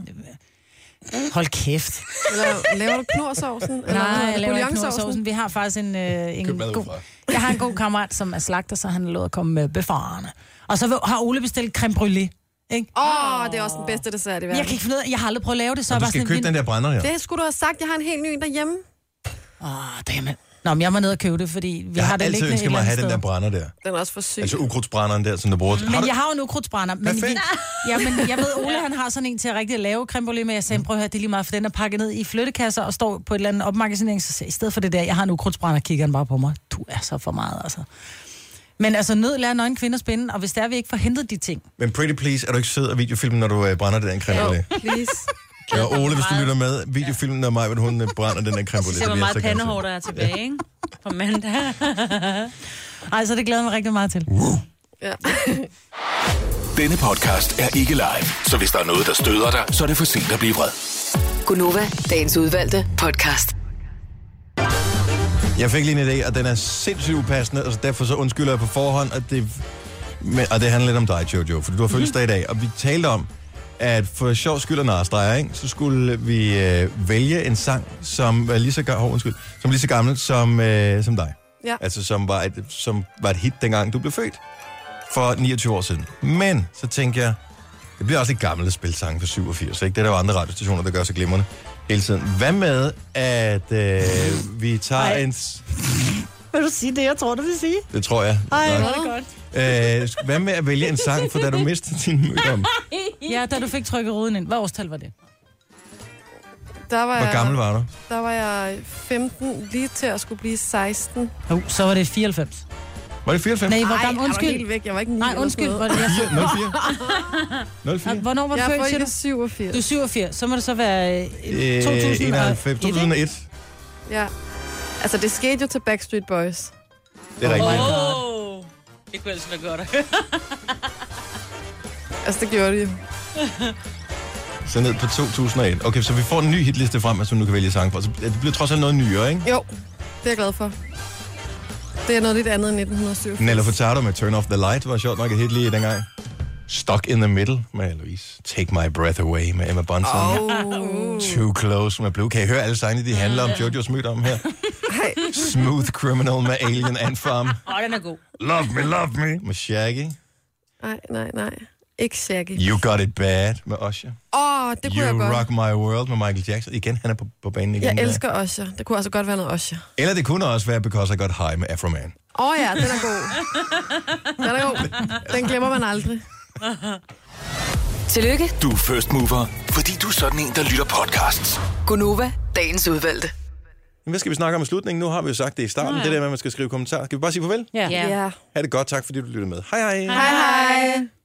[SPEAKER 1] hvad?
[SPEAKER 4] Hold kæft.
[SPEAKER 2] Eller laver du knorsovsen? Eller hvad hedder
[SPEAKER 4] Nej,
[SPEAKER 2] det?
[SPEAKER 4] jeg laver ikke
[SPEAKER 2] Bouilloncesaucen?
[SPEAKER 4] knodsovsen. Vi har faktisk en, øh, en
[SPEAKER 1] Køb mad
[SPEAKER 4] god...
[SPEAKER 1] udefra.
[SPEAKER 4] Jeg har en god kammerat, som er slagter, så han har lovet at komme med bøffarerne. Og så vil- har Ole bestilt creme brûlée. Ikke?
[SPEAKER 2] Åh, oh, det er også den bedste dessert i verden.
[SPEAKER 4] Jeg kan ikke finde ud af, jeg har aldrig prøvet at lave det, så
[SPEAKER 1] Og
[SPEAKER 4] jeg
[SPEAKER 1] du
[SPEAKER 4] var
[SPEAKER 1] skal
[SPEAKER 4] sådan,
[SPEAKER 1] købe
[SPEAKER 4] vi-
[SPEAKER 1] den der brænder her.
[SPEAKER 2] Det skulle du have sagt. Jeg har en helt ny en derhjemme.
[SPEAKER 4] Åh, oh, dammit. Nå, men jeg må ned og købe det, fordi vi
[SPEAKER 1] Jeg
[SPEAKER 4] har,
[SPEAKER 1] har
[SPEAKER 4] det
[SPEAKER 1] altid
[SPEAKER 4] liggende
[SPEAKER 1] ønsket
[SPEAKER 4] et
[SPEAKER 1] mig at
[SPEAKER 4] eller
[SPEAKER 1] have den der
[SPEAKER 4] andet
[SPEAKER 1] brænder der.
[SPEAKER 2] Den er også for syg.
[SPEAKER 1] Altså ukrudtsbrænderen der, som der bruger.
[SPEAKER 4] sted. Men jeg har jo en ukrudtsbrænder. Men, vi,
[SPEAKER 1] Perfekt.
[SPEAKER 4] ja, men jeg ved, Ole han har sådan en til at rigtig lave creme brulee, men jeg sagde, prøv at høre, det er lige meget, for den er pakket ned i flyttekasser og står på et eller andet opmagasinering, så siger jeg, i stedet for det der, jeg har en ukrudtsbrænder, kigger han bare på mig. Du er så for meget, altså. Men altså, nød lærer nøgen kvinder spænde, og hvis der vi ikke får hentet de ting.
[SPEAKER 1] Men Pretty Please, er du ikke sød at videofilme, når du øh, brænder den her creme brûlée?
[SPEAKER 2] please.
[SPEAKER 1] Ja, Ole, hvis du lytter med, videofilmen af mig, hvor hun øh, brænder den her creme brûlée.
[SPEAKER 3] Så ser
[SPEAKER 1] bliver
[SPEAKER 3] man
[SPEAKER 1] jeg
[SPEAKER 3] meget
[SPEAKER 1] så glad for.
[SPEAKER 3] pandehår, der er tilbage, ikke? på mandag.
[SPEAKER 4] Ej, så det glæder jeg mig rigtig meget til.
[SPEAKER 2] Ja.
[SPEAKER 6] Denne podcast er ikke live, så hvis der er noget, der støder dig, så er det for sent at blive vred.
[SPEAKER 5] Gunova, dagens udvalgte podcast.
[SPEAKER 1] Jeg fik lige en idé, og den er sindssygt upassende, og så derfor så undskylder jeg på forhånd, at det, men, og det handler lidt om dig, Jojo, for du har fødselsdag i dag, og vi talte om, at for sjov skyld og narstreger, ikke, så skulle vi øh, vælge en sang, som var lige så, ga- hov, undskyld, som var lige så gammel som, øh, som dig.
[SPEAKER 2] Ja.
[SPEAKER 1] Altså, som var, et, som var et hit, dengang du blev født, for 29 år siden. Men så tænkte jeg, det bliver også lidt gammelt at spille sange fra 87, ikke? Det er der jo andre radiostationer, der gør så glimrende hele tiden. Hvad med, at øh, vi tager Ej. en... s-
[SPEAKER 11] Vil du sige det, jeg tror, du vil sige?
[SPEAKER 1] Det tror jeg.
[SPEAKER 11] Ej,
[SPEAKER 1] nok.
[SPEAKER 11] hvor er det godt.
[SPEAKER 1] Øh, sk- hvad med at vælge en sang, for da du mistede din mødom?
[SPEAKER 4] Ja, da du fik trykket ruden ind. Hvad årstal var det?
[SPEAKER 2] Der var
[SPEAKER 1] Hvor
[SPEAKER 2] jeg,
[SPEAKER 1] gammel var du?
[SPEAKER 2] Der var jeg 15, lige til at skulle blive 16.
[SPEAKER 4] Jo, så var det 94.
[SPEAKER 1] Var det 94?
[SPEAKER 4] Nej, hvor
[SPEAKER 2] Ej, jeg
[SPEAKER 4] gammel?
[SPEAKER 2] var
[SPEAKER 4] Undskyld.
[SPEAKER 2] helt væk. Jeg var ikke ni
[SPEAKER 4] Nej,
[SPEAKER 2] eller
[SPEAKER 4] undskyld.
[SPEAKER 2] sådan
[SPEAKER 4] Var
[SPEAKER 2] noget.
[SPEAKER 4] det, jeg så?
[SPEAKER 1] 04?
[SPEAKER 4] Og Hvornår var du
[SPEAKER 2] Jeg er
[SPEAKER 4] født, siger du?
[SPEAKER 2] folket 87.
[SPEAKER 4] Du er 87. Så må det så være øh, 2000.
[SPEAKER 1] 91, 2001.
[SPEAKER 2] Ja. Altså, det skete jo til Backstreet Boys.
[SPEAKER 1] Det er rigtigt.
[SPEAKER 3] Oh, det kunne ellers være godt.
[SPEAKER 2] Altså, det gjorde det jo.
[SPEAKER 1] Så ned på 2001. Okay, så vi får en ny hitliste frem, som du kan vælge sang for. Så det bliver trods alt noget nyere, ikke?
[SPEAKER 2] Jo, det er jeg glad for. Det er noget lidt andet end 1987.
[SPEAKER 1] Nello Furtado med Turn Off The Light var sjovt nok et hit lige dengang. Stuck in the Middle med Louise. Take My Breath Away med Emma Bunsen.
[SPEAKER 2] Oh.
[SPEAKER 1] Too Close med Blue. Kan I høre alle sangene, de handler om Jojos mødt om her? Smooth Criminal med Alien Ant Farm.
[SPEAKER 3] Åh, den er god.
[SPEAKER 1] Love Me, Love Me med Shaggy.
[SPEAKER 2] Nej, nej, nej. Ikke Shaggy.
[SPEAKER 1] You Got It Bad med Usher.
[SPEAKER 2] Åh, oh, det kunne
[SPEAKER 1] you
[SPEAKER 2] jeg godt.
[SPEAKER 1] Rock My World med Michael Jackson. Igen, han er på, på banen igen.
[SPEAKER 2] Jeg
[SPEAKER 1] der.
[SPEAKER 2] elsker Osher. Det kunne altså godt være noget Osher.
[SPEAKER 1] Eller det kunne også være Because I Got High med Afro Man.
[SPEAKER 2] Åh oh, ja, den er god. Den er god. Den glemmer man aldrig.
[SPEAKER 5] Tillykke,
[SPEAKER 6] Du er first mover, fordi du er sådan en, der lytter podcasts.
[SPEAKER 5] Gunova, dagens udvalgte.
[SPEAKER 1] Men Hvad skal vi snakke om i slutningen? Nu har vi jo sagt det i starten, det der med, at man skal skrive kommentarer. Skal vi bare sige farvel?
[SPEAKER 3] Ja.
[SPEAKER 2] Ja.
[SPEAKER 1] Ha' det godt. Tak fordi du lyttede med. Hej hej.
[SPEAKER 2] Hej hej.